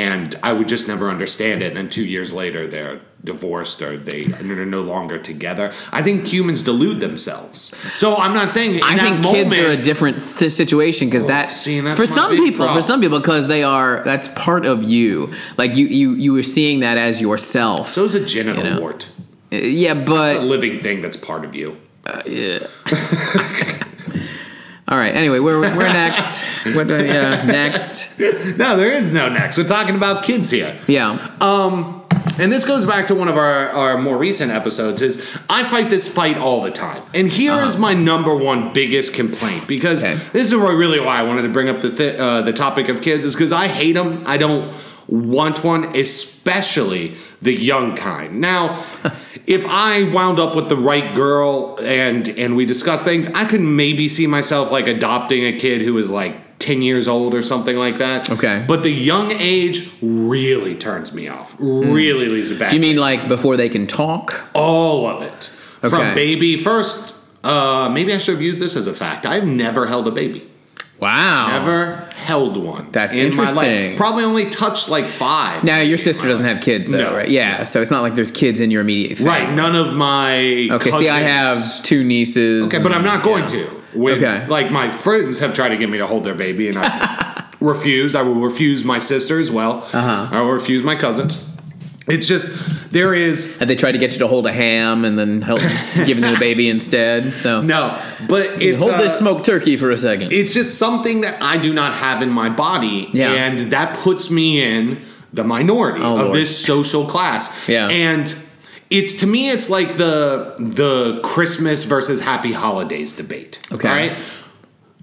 and I would just never understand it. And then two years later, they're divorced or they are no longer together. I think humans delude themselves. So I'm not saying in I that think moment, kids are a different th- situation because that see, and that's for my some big people, problem. for some people, because they are that's part of you. Like you, you, you were seeing that as yourself. So is a genital You know. wart. Uh, yeah, It's a but living thing that's part of you. all right. Anyway, we're we're next. What, uh, yeah, next. No, there is no next. We're talking about kids here. Yeah. Um, and this goes back to one of our, our more recent episodes is i fight this fight all the time and here is my number one biggest complaint because Uh-huh. Okay. this is where- really why i wanted to bring up the, th- uh, the topic of kids is because i hate them i don't want one especially the young kind now if i wound up with the right girl and and we discuss things i could maybe see myself like adopting a kid who is like 10 years old or something like that Okay. but the young age really turns me off really leaves it back Do you mean like before they can talk? all of it Okay. from baby first uh maybe i should have used this as a fact i've never held a baby Wow. never held one That's in my interesting. life probably only touched like five Now your sister doesn't have kids though, No. right? Yeah. So it's not like there's kids in your immediate family. right none of my Okay. See, I cousins- have two nieces. okay but i'm not going to when, Okay. like my friends have tried to get me to hold their baby and i refused i will refuse my sister as well uh-huh. i will refuse my cousins it's just there is And they tried to get you to hold a ham and then help giving them the baby instead. So no but it's hold uh, this smoked turkey for a second. it's just something that I do not have in my body, Yeah. and that puts me in the minority Oh, of Lord. this social class. Yeah. and it's to me, it's like the the Christmas versus Happy Holidays debate. Okay. all right,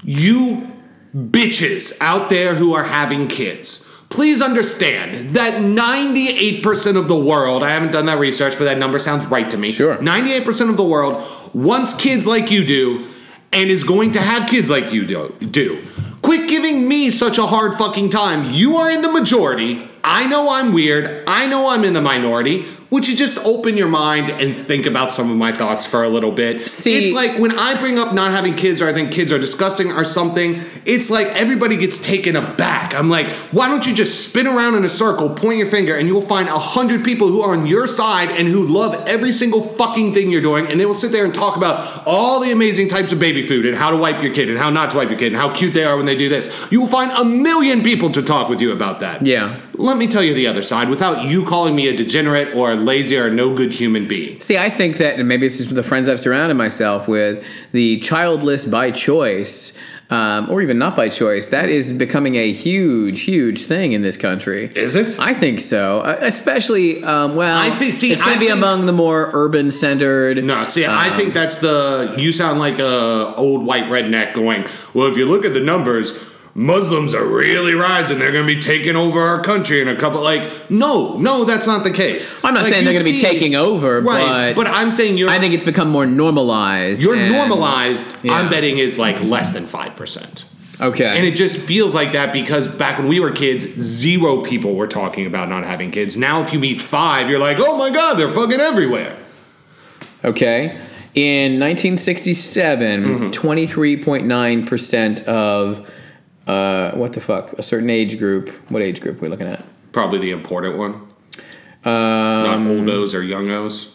you bitches out there who are having kids. Please understand that 98% of the world, I haven't done that research, but that number sounds right to me. Sure. 98% of the world wants kids like you do and is going to have kids like you do. do. Quit giving me such a hard fucking time. You are in the majority. I know I'm weird. I know I'm in the minority. Would you just open your mind and think about some of my thoughts for a little bit? See- it's like when I bring up not having kids or I think kids are disgusting or something, it's like everybody gets taken aback. I'm like, why don't you just spin around in a circle, point your finger, and you will find a hundred people who are on your side and who love every single fucking thing you're doing, and they will sit there and talk about all the amazing types of baby food and how to wipe your kid and how not to wipe your kid and how cute they are when they do this. You will find a million people to talk with you about that. Yeah. Let me tell you the other side without you calling me a degenerate or lazy or a no good human being. See, I think that, and maybe it's just the friends I've surrounded myself with, the childless by choice, um, or even not by choice, that is becoming a huge, huge thing in this country. Is it? I think so, Uh, especially. Um, well, I think- see, it's going I to be think- among the more urban-centered. No, see, I um, think that's the you sound like a old white redneck going. Well, if you look at the numbers, Muslims are really rising. They're going to be taking over our country in a couple. Like, no, no, that's not the case. I'm not Like, saying they're you going to be see- taking over, right? But, but, I'm saying you're. I think it's become more normalized. you're and- normalized. yeah. I'm betting is like less than five percent. Okay, And it just feels like that because back when we were kids, zero people were talking about not having kids. Now, if you meet five, you're like, oh my god, they're fucking everywhere. Okay. In Mm-hmm. 1967, 23.9% of, uh, what the fuck, a certain age group, what age group are we looking at? Probably the important one. Uh, not old O's or young O's.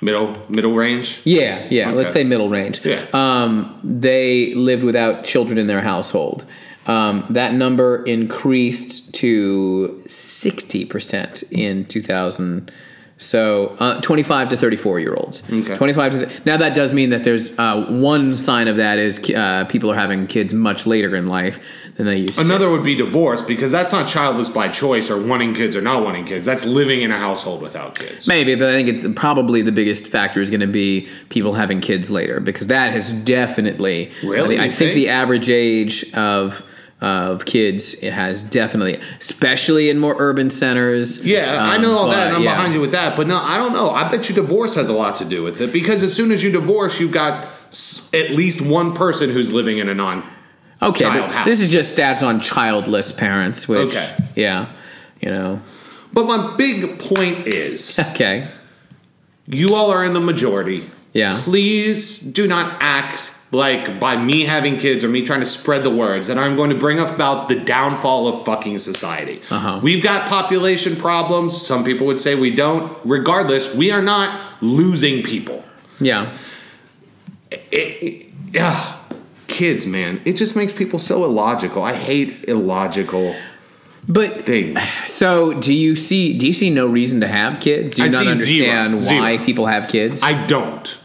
Middle middle range. yeah, yeah, let's Okay. say middle range. Yeah. Um, they lived without children in their household. Um, that number increased to 60% in 2000. So uh, 25 to 34 year olds. Okay. 25 to th- now that does mean that there's uh, one sign of that is uh, people are having kids much later in life than they used to. Another would be divorce because that's not childless by choice or wanting kids or not wanting kids. That's living in a household without kids. Maybe, but I think it's probably the biggest factor is going to be people having kids later because that has definitely Really? I You think, think? the average age of of kids has definitely, especially in more urban centers. Yeah, I Um, know all but, that, and I'm yeah. behind you with that. But no, I don't know. I bet you divorce has a lot to do with it because as soon as you divorce, you've got s- at least one person who's living in a non. Okay, child but house. this is just stats on childless parents, which Okay. yeah, you know. But my big point is, Okay, you all are in the majority. yeah, Please do not act like by me having kids or me trying to spread the words that I'm going to bring up about the downfall of fucking society. Uh-huh. We've got population problems. Some people would say we don't. Regardless, we are not losing people. yeah. Yeah. Kids, man. It just makes people so illogical. I hate illogical But things. so, do you see? Do you see no reason to have kids? Do you I not see zero. understand why Zero. people have kids? I, I don't.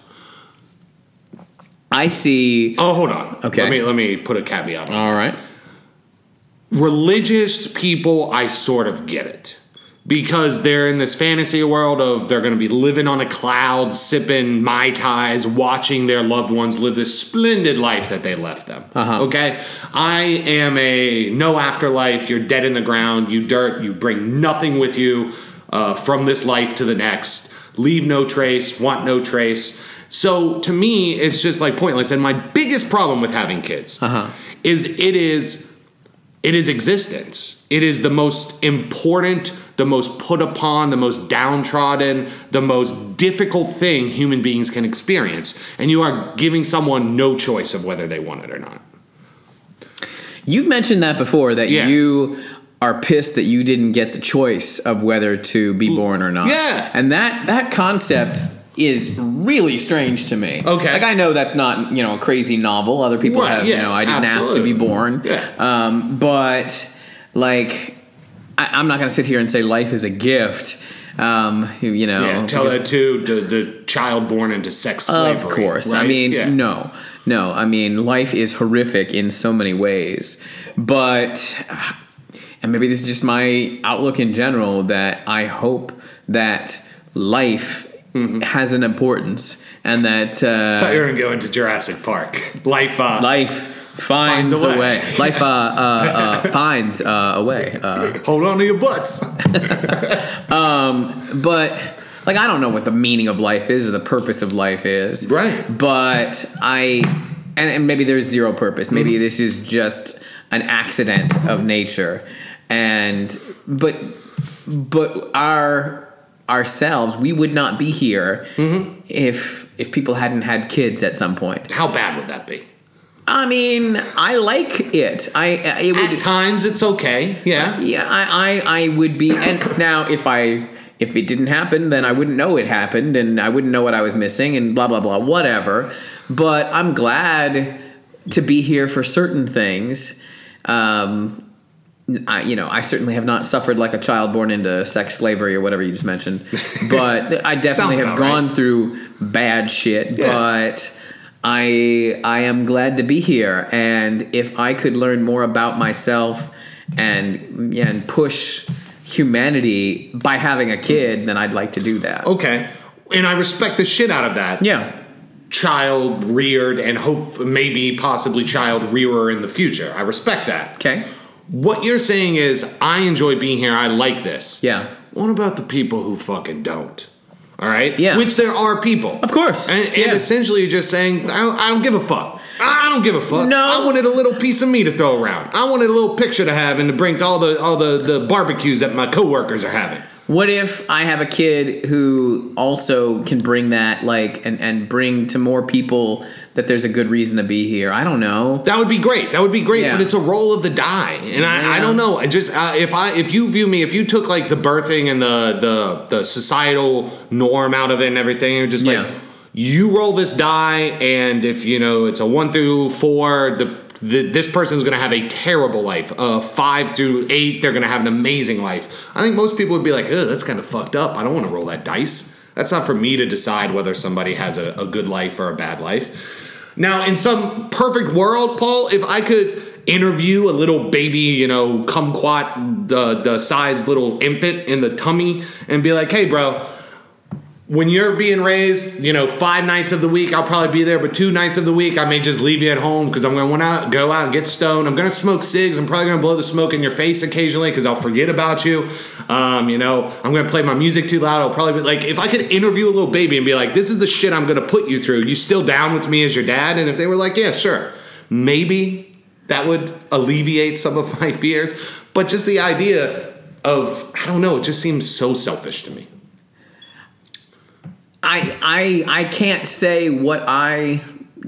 see. Oh, hold on. Okay. Let me let me put a caveat. on. All right. Religious people, I sort of get it. Because they're in this fantasy world of they're going to be living on a cloud, sipping Mai Tais, watching their loved ones live this splendid life that they left them. Uh-huh. Okay? I am a no afterlife. You're dead in the ground. You dirt. You bring nothing with you uh, from this life to the next. Leave no trace. Want no trace. So to me, it's just like pointless. And my biggest problem with having kids Uh-huh. is it is it is existence. It is the most important, the most put upon, the most downtrodden, the most difficult thing human beings can experience. And you are giving someone no choice of whether they want it or not. You've mentioned that before that Yeah. you are pissed that you didn't get the choice of whether to be born or not. Yeah. And that that concept is really strange to me. Okay. Like I know that's not, you know, a crazy novel. Other people Right, have, yes, you know, I didn't ask to absolutely. be born. Yeah. Um, but like I, I'm not gonna sit here and say life is a gift. Um, you, you know, Yeah, tell that because- to the, the child born into sex slavery. of course. I right? mean, Yeah. no, no. I mean, life is horrific in so many ways, but and maybe this is just my outlook in general that I hope that life Mm-hmm. has an importance and that I thought uh, you were going to go into Jurassic Park. Life. Uh, life finds, Finds a a way. way. Life uh, uh, uh, finds uh, a way. Uh, Hold on to your butts. but like I don't know what the meaning of life is or the purpose of life is. Right. But I and, and maybe there's zero purpose. Maybe Mm-hmm. this is just an accident of nature. And but but our ourselves, we would not be here Mm-hmm. if if people hadn't had kids at some point. How bad would that be? I mean, I like it. I it would At times, it's okay. Yeah. yeah, I, I, I would be. And now, if I if it didn't happen, then I wouldn't know it happened, and I wouldn't know what I was missing, and blah blah blah, whatever. But I'm glad to be here for certain things. Um, I, you know, I certainly have not suffered like a child born into sex slavery or whatever you just mentioned, but I definitely Sounds have about gone through bad shit. Yeah. But I I am glad to be here, and if I could learn more about myself and and push humanity by having a kid, then I'd like to do that. Okay. And I respect the shit out of that. Yeah. child reared and hope maybe possibly child rearer in the future. I respect that. Okay. What you're saying is I enjoy being here. I like this. Yeah. What about the people who fucking don't? All right. Yeah. Which there are people. Of course. And, and Yeah. essentially, you're just saying I don't, I don't give a fuck. I I don't give a fuck. No. I wanted a little piece of meat to throw around. I wanted a little picture to have and to bring to all the all the the barbecues that my coworkers are having. What if I have a kid who also can bring that like and and bring to more people that there's a good reason to be here? I don't know. That would be great. That would be great. Yeah. But it's a roll of the die, and I, I Yeah. don't know. I just uh, if I if you view me if you took like the birthing and the the the societal norm out of it and everything, you're just Yeah. like you roll this die, and if you know it's a one through four, the. The, this person's going to have a terrible life. Uh, five through eight, they're going to have an amazing life. I think most people would be like, "Oh, that's kind of fucked up. I don't want to roll that dice. That's not for me to decide whether somebody has a, a good life or a bad life." Now, in some perfect world, Paul, if I could interview a little baby, you know, kumquat, the the size little infant in the tummy, and be like, "Hey, bro, when you're being raised, you know, five nights of the week, I'll probably be there, but two nights of the week, I may just leave you at home because I'm going to want to go out and get stoned. I'm going to smoke cigs. I'm probably going to blow the smoke in your face occasionally because I'll forget about you. Um, you know, I'm going to play my music too loud. I'll probably be like, if I could interview a little baby and be like, this is the shit I'm going to put you through. You still down with me as your dad? And if they were like, yeah, sure, maybe that would alleviate some of my fears. But just the idea of, I don't know, it just seems so selfish to me. I I I can't say what I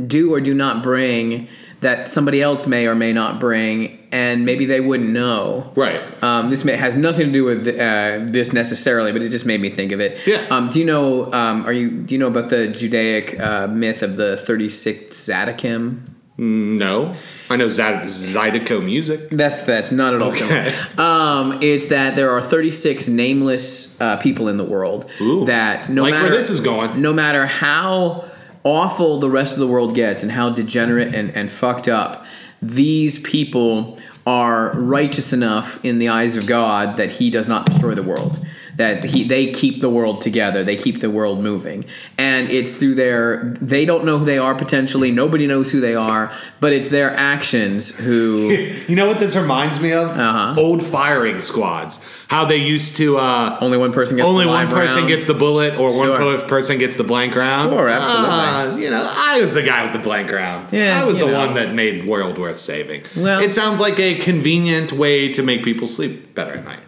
do or do not bring that somebody else may or may not bring, and maybe they wouldn't know. Right. Um, this may, has nothing to do with uh, this necessarily, but it just made me think of it. Yeah. Um, do you know? Um, are you? Do you know about the Judaic uh, myth of the thirty sixth Zadokим? No, I know Zy- Zydeco music. That's that's not at all Okay. similar. Um, it's that there are 36 nameless uh, people in the world Ooh. that no Like where matter this is going. no matter how awful the rest of the world gets and how degenerate and, and fucked up, these people are righteous enough in the eyes of God that He does not destroy the world. That he, they keep the world together, they keep the world moving, and it's through their. They don't know who they are potentially. Nobody knows who they are, but it's their actions who. You know what this reminds me of? Uh-huh. Old firing squads. How they used to uh, Only one person gets only the one live person round. gets the bullet or one Sure. per- person gets the blank round. Sure, absolutely. Ah, you know, I was the guy with the blank round. Yeah, I was you the know. one that made world worth saving. Well- it sounds like a convenient way to make people sleep better at night.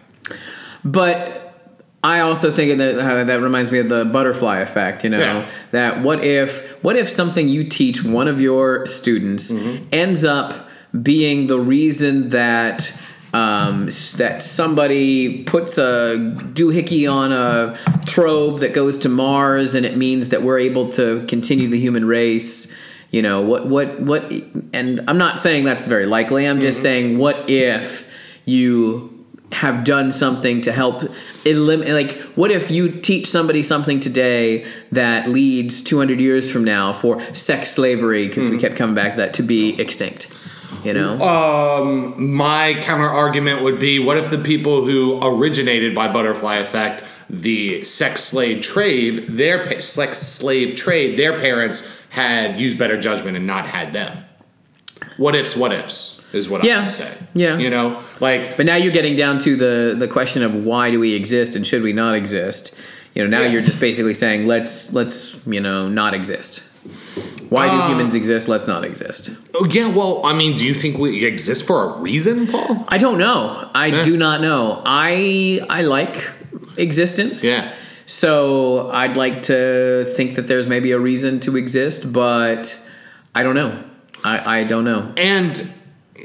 But I also think that uh, that reminds me of the butterfly effect. You know, Yeah. that what if what if something you teach one of your students ends up being the reason that. Um, s- that somebody puts a doohickey on a probe that goes to Mars, and it means that we're able to continue the human race. You know what? What? What? And I'm not saying that's very likely. I'm just saying, what if you have done something to help eliminate like what if you teach somebody something today that leads 200 years from now for sex slavery because we kept coming back to that to be extinct you know uh, Um, my counter argument would be: What if the people who originated by butterfly effect, the sex slave trade, their pa- sex slave trade, their parents had used better judgment and not had them? What ifs? What ifs is what Yeah. I'm say. Yeah. you know, like but now you're getting down to the the question of why do we exist and should we not exist you know now Yeah. you're just basically saying let's let's you know not exist why do humans exist let's not exist oh yeah. Well, I mean, do you think we exist for a reason, Paul? I don't know. I do not know. I I like existence. Yeah. So I'd like to think that there's maybe a reason to exist, but I don't know. I, I don't know. And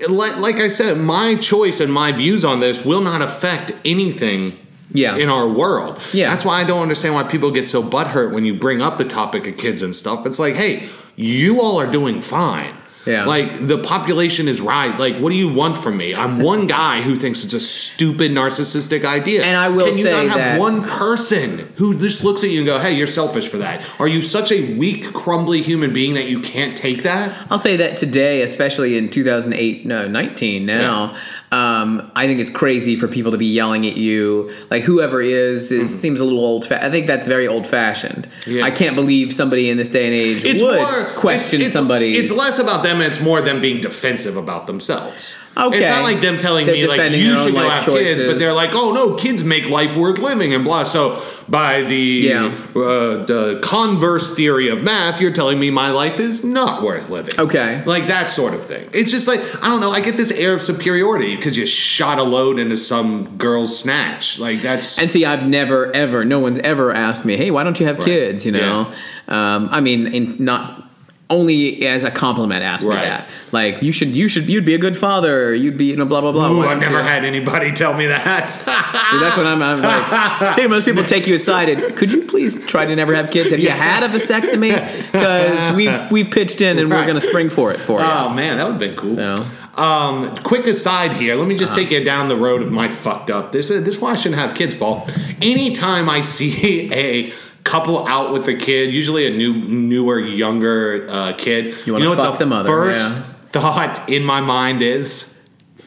like, like I said, my choice and my views on this will not affect anything Yeah. in our world. Yeah. That's why I don't understand why people get so butthurt when you bring up the topic of kids and stuff. It's like, hey, you all are doing fine. Yeah. Like the population is right. Like, what do you want from me? I'm one guy who thinks it's a stupid narcissistic idea. And I will Can you say not have that- one person who just looks at you and go, "Hey, you're selfish for that. Are you such a weak, crumbly human being that you can't take that?" I'll say that today, especially in 2008, no, 19 now, um, I think it's crazy for people to be yelling at you. Like whoever is, is seems a little old. Fa- I think that's very old fashioned. Mm-hmm. Yeah. I can't believe somebody in this day and age would question it's- it's- somebody. It's less about them, and it's more them being defensive about themselves. Okay. it's not like them telling They're me like defending you their own should go life have kids, but choices. they're like, oh no, kids make life worth living and blah. So by the Yeah. uh, the converse theory of math, you're telling me my life is not worth living. Okay. like that sort of thing. It's just like I don't know. I get this air of superiority because you shot a load into some girl's snatch. Like that's And see, I've never, ever, no one's ever asked me, "Hey, why don't you have kids?" You know, um, I mean, in not only as a compliment, ask Right. me that. Like, you should, you should, you'd be a good father. You'd be, you know, blah blah blah. Ooh, Why I've don't you- never had anybody tell me that. See, that's what I'm, I'm like. I think most people take you aside and could you please try to never have kids? Have you had a vasectomy? Because we've we've pitched in and we're Right. going to spring for it for you. Oh man, that would have been cool. So. Uh-huh. Um, quick aside here. Let me just take you down the road of my fucked up. This is this is why I shouldn't have kids, Paul. Anytime I see a couple out with a kid, usually a new, newer, younger uh, kid, You wanna what fuck the mother, First yeah. thought in my mind is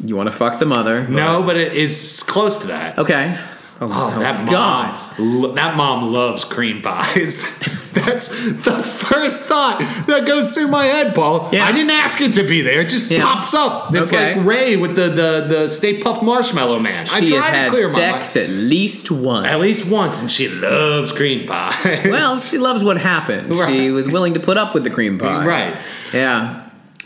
you want to fuck the mother? no, but it is close to that. Okay. Oh, that God. mom, lo- that mom loves cream pies. That's the first thought that goes through my head, Paul. Yeah. I didn't ask it to be there. It just Yeah. pops up. It's Okay. like Ray with the the the Stay Puff Marshmallow Man. I She has tried had to clear my mind. sex at least once. at least once, and she loves cream pies. Well, she loves what happened. She Right. was willing to put up with the cream pie. Right. Yeah.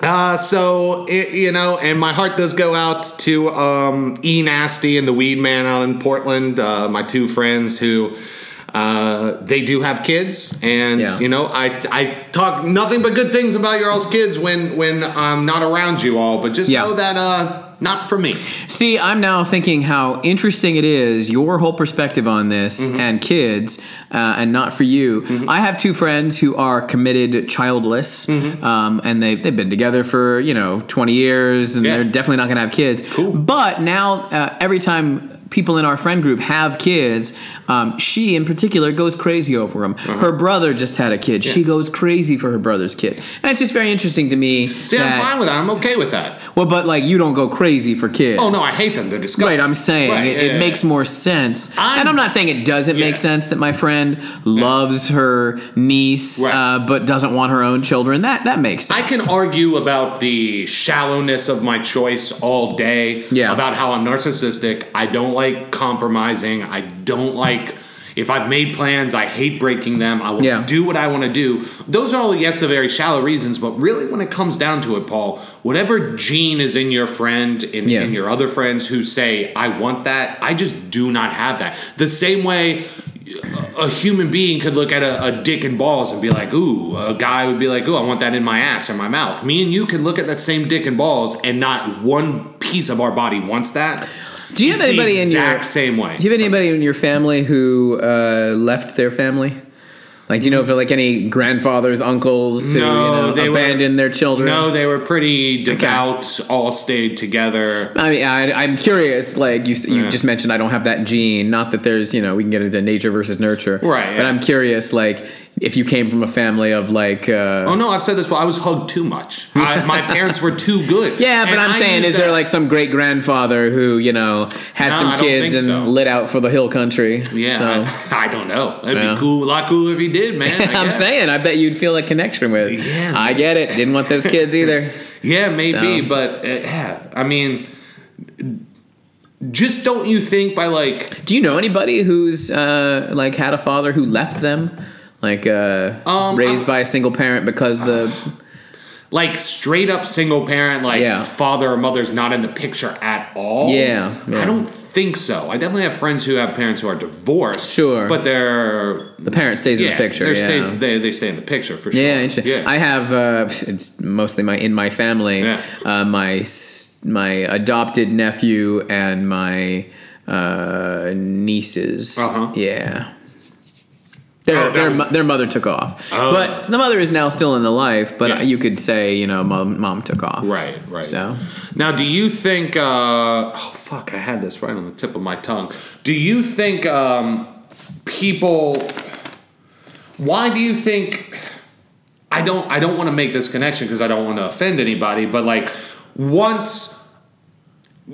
Uh, so it, you know, and my heart does go out to um, E Nasty and the Weed Man out in Portland. Uh, my two friends who uh, they do have kids, and Yeah. you know, I I talk nothing but good things about your all's kids when when I'm not around you all. But just Yeah. know that uh, not for me. See, I'm now thinking how interesting it is your whole perspective on this Mm-hmm. and kids, uh, and not for you. I have two friends who are committed childless, Mm-hmm. um, and they they've been together for you know 20 years, and Yeah. they're definitely not going to have kids. Cool. But now uh, every time. People in our friend group have kids. Um, she, in particular, goes crazy over them. Uh-huh. Her brother just had a kid. She goes crazy for her brother's kid, and it's just very interesting to me. See, that, I'm fine with that. I'm okay with that. Well, but like you don't go crazy for kids. Oh no, I hate them. They're disgusting. Right, I'm saying Right, it, yeah, it yeah, makes more sense. I'm- and I'm not saying it doesn't Yeah. make sense that my friend loves her niece Right. uh, but doesn't want her own children. That that makes sense. I can argue about the shallowness of my choice all day. Yeah. About how I'm narcissistic. I don't like compromising. I don't like if I've made plans, I hate breaking them. I will Yeah. do what I want to do. Those are all yes, the very shallow reasons, but really when it comes down to it, Paul, whatever gene is in your friend and Yeah. in your other friends who say, I want that, I just do not have that. The same way a human being could look at a, a dick and balls and be like, ooh, a guy would be like, ooh, I want that in my ass or my mouth. Me and you can look at that same dick and balls and not one piece of our body wants that. do you It's have the anybody in your exact same way. Do you have anybody in your family who uh, left their family? Like, do you know if like any grandfathers, uncles who No, you know, they were- abandoned their children? No, they were pretty devout, all stayed together. I mean, I, I'm curious. Like you, s- you Yeah. just mentioned, I don't have that gene. Not that there's, you know, we can get into nature versus nurture, Right, But yeah. I'm curious, like if you came from a family of like, uh, Oh no, I've said this. Well, I was hugged too much. I, my parents were too good. yeah. But And I'm I saying, used is there that- like some great grandfather who you know had No, I some don't kids and think so. lit out for the hill country? Yeah, So. I, I don't know. It'd Yeah. be cool, a lot cooler if he did, man. I I'm guess. saying, I bet you'd feel a connection with. Yeah. I get it. Didn't want those kids either. Yeah, maybe, So- but uh, yeah, I mean, just don't you think by like, Do you know anybody who's uh, like had a father who left them, like uh, Um, raised I'm- by a single parent because the like straight up single parent, like Yeah. father or mother's not in the picture at all? Yeah, yeah. I don't think so. I definitely have friends who have parents who are divorced. Sure. but they're the parent stays yeah, in the picture. they're yeah. Stays, they they stay in the picture for sure. Yeah, interesting. Yeah. I have. Uh, it's mostly my in my family. Yeah. Uh, my s- my adopted nephew and my uh, nieces. Uh-huh. Yeah. Their, Oh, that their, was- mo- their mother took off, Oh. but the mother is now still in the life. But Yeah. you could say, you know, mom, mom took off. Right, right. So Now, do you think? Uh, oh fuck! I had this right on the tip of my tongue. Do you think um, people? Why do you think? I don't. I don't want to make this connection because I don't want to offend anybody. But like, once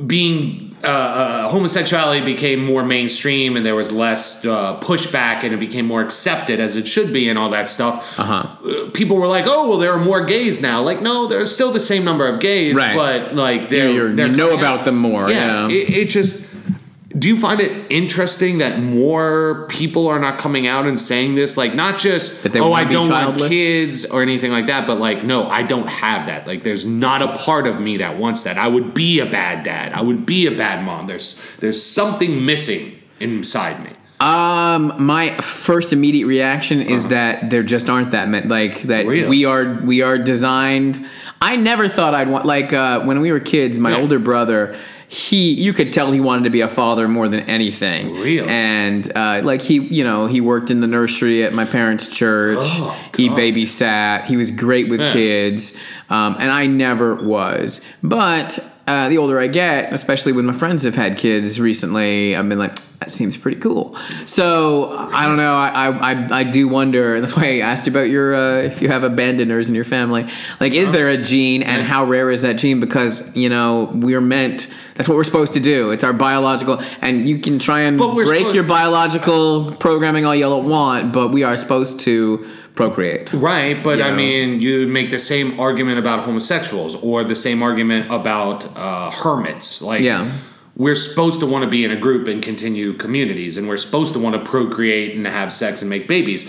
being uh, uh, homosexuality became more mainstream and there was less uh, pushback and it became more accepted as it should be and all that stuff. Uh, people were like, "Oh, well, there are more gays now." Like, no, there's still the same number of gays, Right. but like they're, You're- you they're know coming out- about them more, Yeah, yeah. It, it just. Do you find it interesting that more people are not coming out and saying this? Like, not just That they oh, wanna I be don't childless? want kids or anything like that, but like, no, I don't have that. Like, there's not a part of me that wants that. I would be a bad dad. I would be a bad mom. There's there's something missing inside me. Um, my first immediate reaction is that there just aren't that many. Like that Uh-huh. Really? we are we are designed. I never thought I'd want like uh, when we were kids. My Yeah. older brother, he you could tell he wanted to be a father more than anything. Really? And uh, like he, you know, he worked in the nursery at my parents' church. Oh, he God. babysat. He was great with Yeah. kids, um, and I never was. But uh, the older I get, especially when my friends have had kids recently, I've been like, that seems pretty cool. So I don't know. I I, I, I do wonder. and That's why I asked you about your uh, if you have abandoners in your Oh. family. Like, is there a gene, and how rare is that gene? Because you know we're meant. That's what we're supposed to do. It's our biological, and you can try and But we're break supposed- your biological programming all y'all want, but we are supposed to procreate. Right, but I Yeah. mean, you make the same argument about homosexuals or the same argument about uh, hermits. Like, Yeah. we're supposed to want to be in a group and continue communities, and we're supposed to want to procreate and have sex and make babies.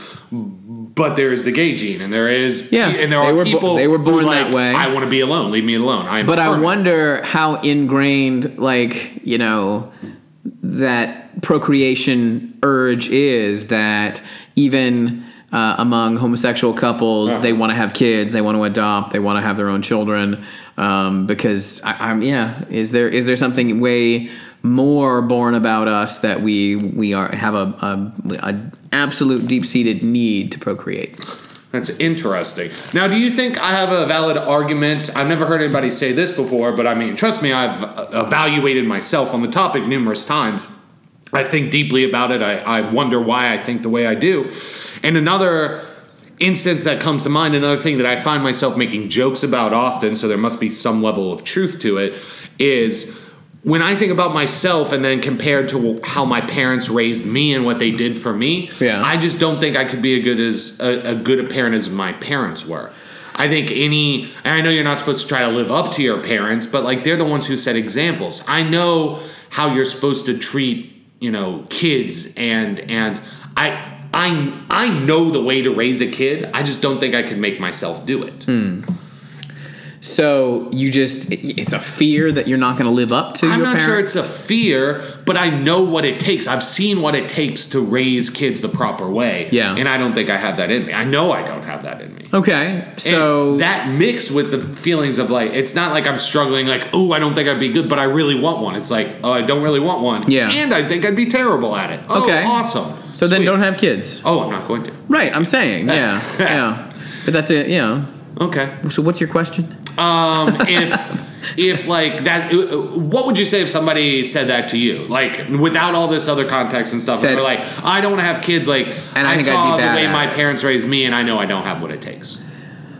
But there is the gay gene, and there is Yeah, and there they are were bo- people they were who, born like, that way. I want to be alone. Leave me alone. I'm But a I hermit. wonder how ingrained, like, you know, that procreation urge is that even uh, among homosexual couples, they want to have kids, they want to adopt, they want to have their own children. Um, because I, I'm, yeah, is there is there something way more born about us that we we are have a, a, a absolute deep seated need to procreate? That's interesting. Now, do you think I have a valid argument? I've never heard anybody say this before, but I mean, trust me, I've uh, evaluated myself on the topic numerous times. I think deeply about it. I, I wonder why I think the way I do. And another instance that comes to mind, another thing that I find myself making jokes about often, so there must be some level of truth to it, is when I think about myself and then compared to how my parents raised me and what they did for me, Yeah. I just don't think I could be a good as a, a good a parent as my parents were. I think any, and I know you're not supposed to try to live up to your parents, but like they're the ones who set examples. I know how you're supposed to treat, you know, kids, and and I I I know the way to raise a kid. I just don't think I could make myself do it. Hmm. So you just it- it's a fear that you're not going to live up to. I'm your not sure parents? it's a fear, but I know what it takes. I've seen what it takes to raise kids the proper way. Yeah. and I don't think I have that in me. I know I don't have that in me. Okay, And so that mixed with the feelings of like it's not like I'm struggling like oh I don't think I'd be good but I really want one. It's like oh I don't really want one. Yeah. and I think I'd be terrible at it. Oh, Okay. awesome. so then Sweet. don't have kids. Oh, I'm not going to. Right, I'm saying, yeah, yeah. But that's it, yeah. Okay. So what's your question? Um, if if like that, uh, what would you say if somebody said that to you, like without all this other context and stuff? Said- and they're like, I don't want to have kids. Like, And I I, think I'd saw be the bad way at my it." parents raised me, and I know I don't have what it takes.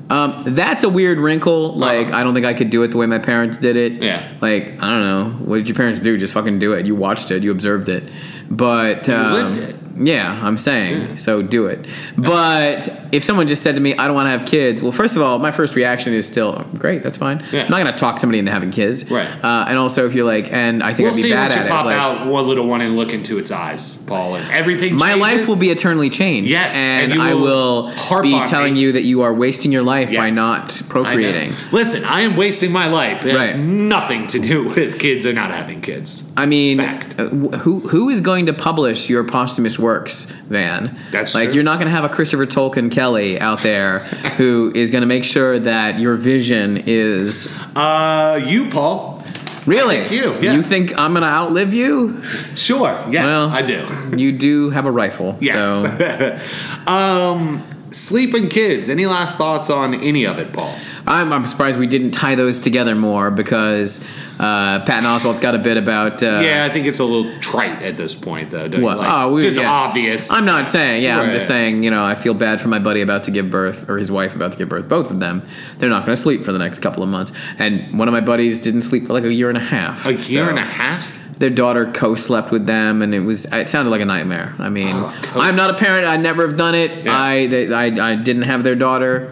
Um, that's a weird wrinkle. Like, I don't think I could do it the way my parents did it. Uh-huh. Yeah. Like, I don't know. What did your parents do? Just fucking do it. You watched it. You observed it. But um, lived it. Yeah, I'm saying. So do it. But if someone just said to me, "I don't want to have kids," well, first of all, my first reaction is still, "Oh, "Great, that's fine." Yeah. I'm not gonna talk somebody into having kids. Right. Uh, and also, if you're like, and I think We'll I'd be see bad once you at it. it's pop like, out one little one and look into its eyes, Paul. And everything. My life changes. will be eternally changed. Yes, and, and you I will will harp be on telling me. you that you are wasting your life by Yes. not I know. procreating. Listen, I am wasting my life. It has Right. nothing to do with kids or not having kids. I mean, Fact. uh, wh- who who is going to publish your posthumous works, Van? That's like true. you're not going to have a Christopher Tolkien Kelly out there who is going to make sure that your vision is Uh, you, Paul? really. you, yeah. You think I'm going to outlive you? Sure. Yes, Well- I do. You do have a rifle. So. Yes. um, sleeping kids. Any last thoughts on any of it, Paul? I'm, I'm surprised we didn't tie those together more because uh, Patton Oswalt's got a bit about uh, yeah, I think it's a little trite at this point, though. don't you? What? Like, oh, we, just yes. obvious. I'm not saying. Yeah, I'm Right. just saying. You know, I feel bad for my buddy about to give birth, or his wife about to give birth. Both of them, they're not going to sleep for the next couple of months. And one of my buddies didn't sleep for like a year and a half. a year So and a half. Their daughter co-slept with them, and it was. It sounded like a nightmare. I mean, Oh, co- I'm not a parent. I never have done it. Yeah. I, they, I I didn't have their daughter.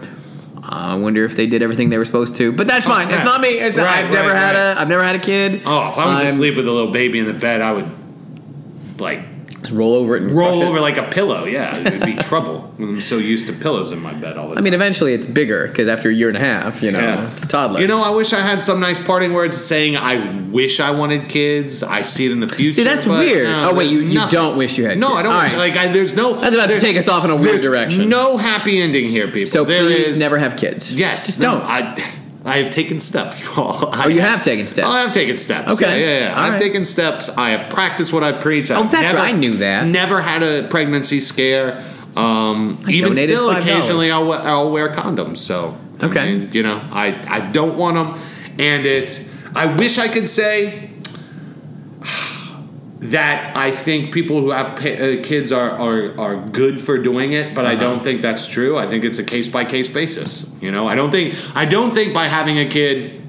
Uh, I wonder if they did everything they were supposed to, but that's fine. It's Oh, yeah. not me. It's, Right, I've never right, had right. a. I've never had a kid. Oh, if I went to I'm- sleep with a little baby in the bed, I would like Just roll over it and roll crush it. over like a pillow. Yeah, it would be trouble. I'm so used to pillows in my bed all the I time. mean, eventually it's bigger because after a year and a half, you know, it's a toddler. You know, I wish I had some nice parting words saying I wish I wanted kids. I see it in the future. See, that's but weird. no, oh wait, there's you, you nothing. don't wish you had. No, kids. I don't. All wish- right. Like, I, there's no. That's about to there's- take us off in a weird there's direction. No happy ending here, people. so There please is- never have kids. Yes, just no, don't. I, I have taken steps, Paul. I, oh, you have taken steps. I have taken steps. Okay. Yeah, yeah, yeah. All I've right. taken steps. I have practiced what I preach. I've Oh, that's right. I knew that. Never had a pregnancy scare. Um, even donated still, $5. occasionally I'll, we- I'll wear condoms. So, I Okay. mean, you know, I, I don't want them. And it's, I wish I could say that I think people who have pa- uh, kids are, are, are good for doing it, but I Uh-huh. don't think that's true. I think it's a case by case basis. You know, I don't think, I don't think by having a kid,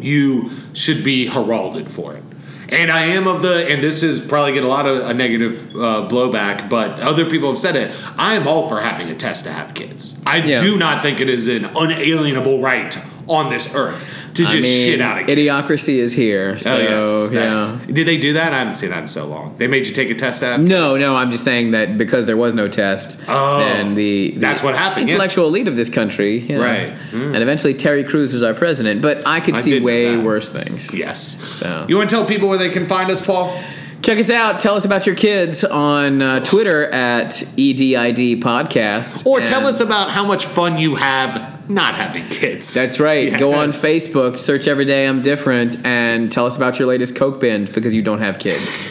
you should be heralded for it. And I am of the, and this is probably get a lot of a negative uh, blowback, but other people have said it. I am all for having a test to have kids. I Yeah. do not think it is an unalienable right on this earth to just I mean, shit out of kids. Idiocracy is here. So, Oh, yes. That- yeah. Did they do that? I haven't seen that in so long. They made you take a test app? No, no, I'm just saying that because there was no test, Oh. then the, the That's what happened, yeah. Intellectual elite of this country, yeah. Right. hmm. And eventually Terry Crews was our president, but I could I see did know way that. worse things. Yes. So- You want to tell people where they can find us, Paul? Check us out. Tell us about your kids on uh, Twitter at E EDID Podcast. Or And- tell us about how much fun you have not having kids. That's right. Go on Yes. Facebook, search Every Day I'm Different, and tell us about your latest Coke binge because you don't have kids.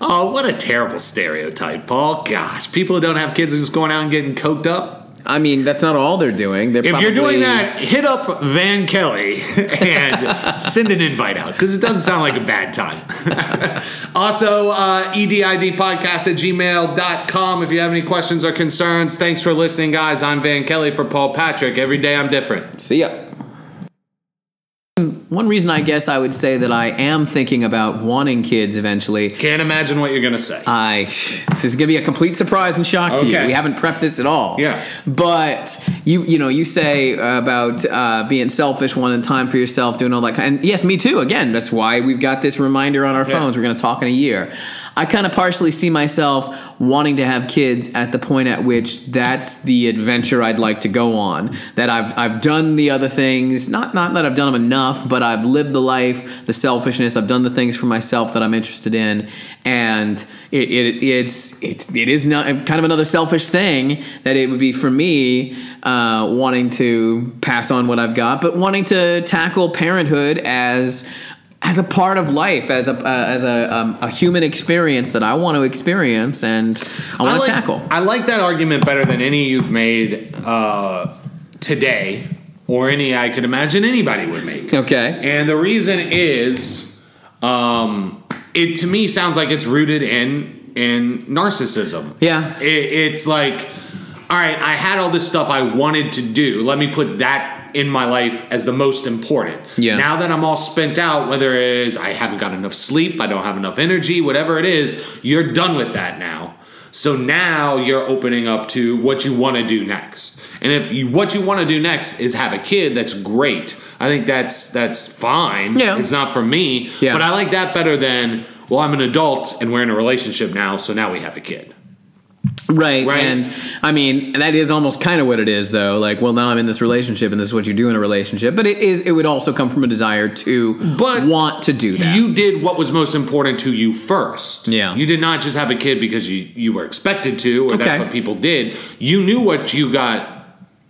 Oh, what a terrible stereotype, Paul. Gosh, people who don't have kids are just going out and getting coked up. I mean, that's not all they're doing. They're If you're probably- doing that, hit up Van Kelly and send an invite out because it doesn't sound like a bad time. also, uh, edidpodcast at gmail.com if you have any questions or concerns. Thanks for listening, guys. I'm Van Kelly for Paul Patrick. Every day I'm different. See ya. One reason I guess I would say that I am thinking about wanting kids eventually. Can't imagine what you're going to say. I this is gonna be a complete surprise and shock to Okay. you. We haven't prepped this at all. Yeah. But you you know you say uh, about uh, being selfish, wanting time for yourself, doing all that. Kind and yes, me too. Again, that's why we've got this reminder on our Yeah. phones. We're gonna talk in a year. I kind of partially see myself wanting to have kids at the point at which that's the adventure I'd like to go on. That I've I've done the other things, not not that I've done them enough, but I've lived the life, the selfishness. I've done the things for myself that I'm interested in, and it, it it's it's it is not kind of another selfish thing that it would be for me uh, wanting to pass on what I've got, but wanting to tackle parenthood as as a part of life, as a uh, as a, um, a human experience that I want to experience and I want like, to tackle. I like that argument better than any you've made uh, today, or any I could imagine anybody would make. okay. And the reason is, um, it to me sounds like it's rooted in in narcissism. Yeah. it, it's like, all right, I had all this stuff I wanted to do. Let me put that in my life as the most important. Yeah. Now that I'm all spent out, whether it is I haven't got enough sleep, I don't have enough energy, whatever it is, you're done with that now. So now you're opening up to what you want to do next. And if you, what you want to do next is have a kid, that's great. I think that's that's fine. Yeah. It's not for me. Yeah. But I like that better than, well, I'm an adult and we're in a relationship now, so now we have a kid. Right. Right. And I mean, that is almost kind of what it is, though. Like, well, now I'm in this relationship, and this is what you do in a relationship. But it is. It would also come from a desire to But want to do that. You did what was most important to you first. Yeah. You did not just have a kid because you, you were expected to, or that's Okay. what people did. You knew what you got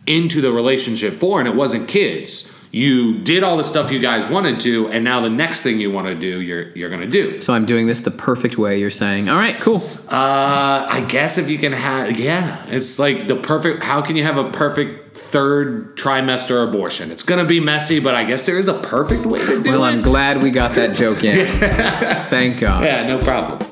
into the relationship for, and it wasn't kids. You did all the stuff you guys wanted to, and now the next thing you want to do, you're you're gonna do. so I'm doing this the perfect way. You're saying, all right, cool. Uh, I guess if you can have, yeah, it's like the perfect. How can you have a perfect third trimester abortion? It's gonna be messy, but I guess there is a perfect way to do it. Well, I'm glad we got that joke in. Thank God. Yeah, no problem.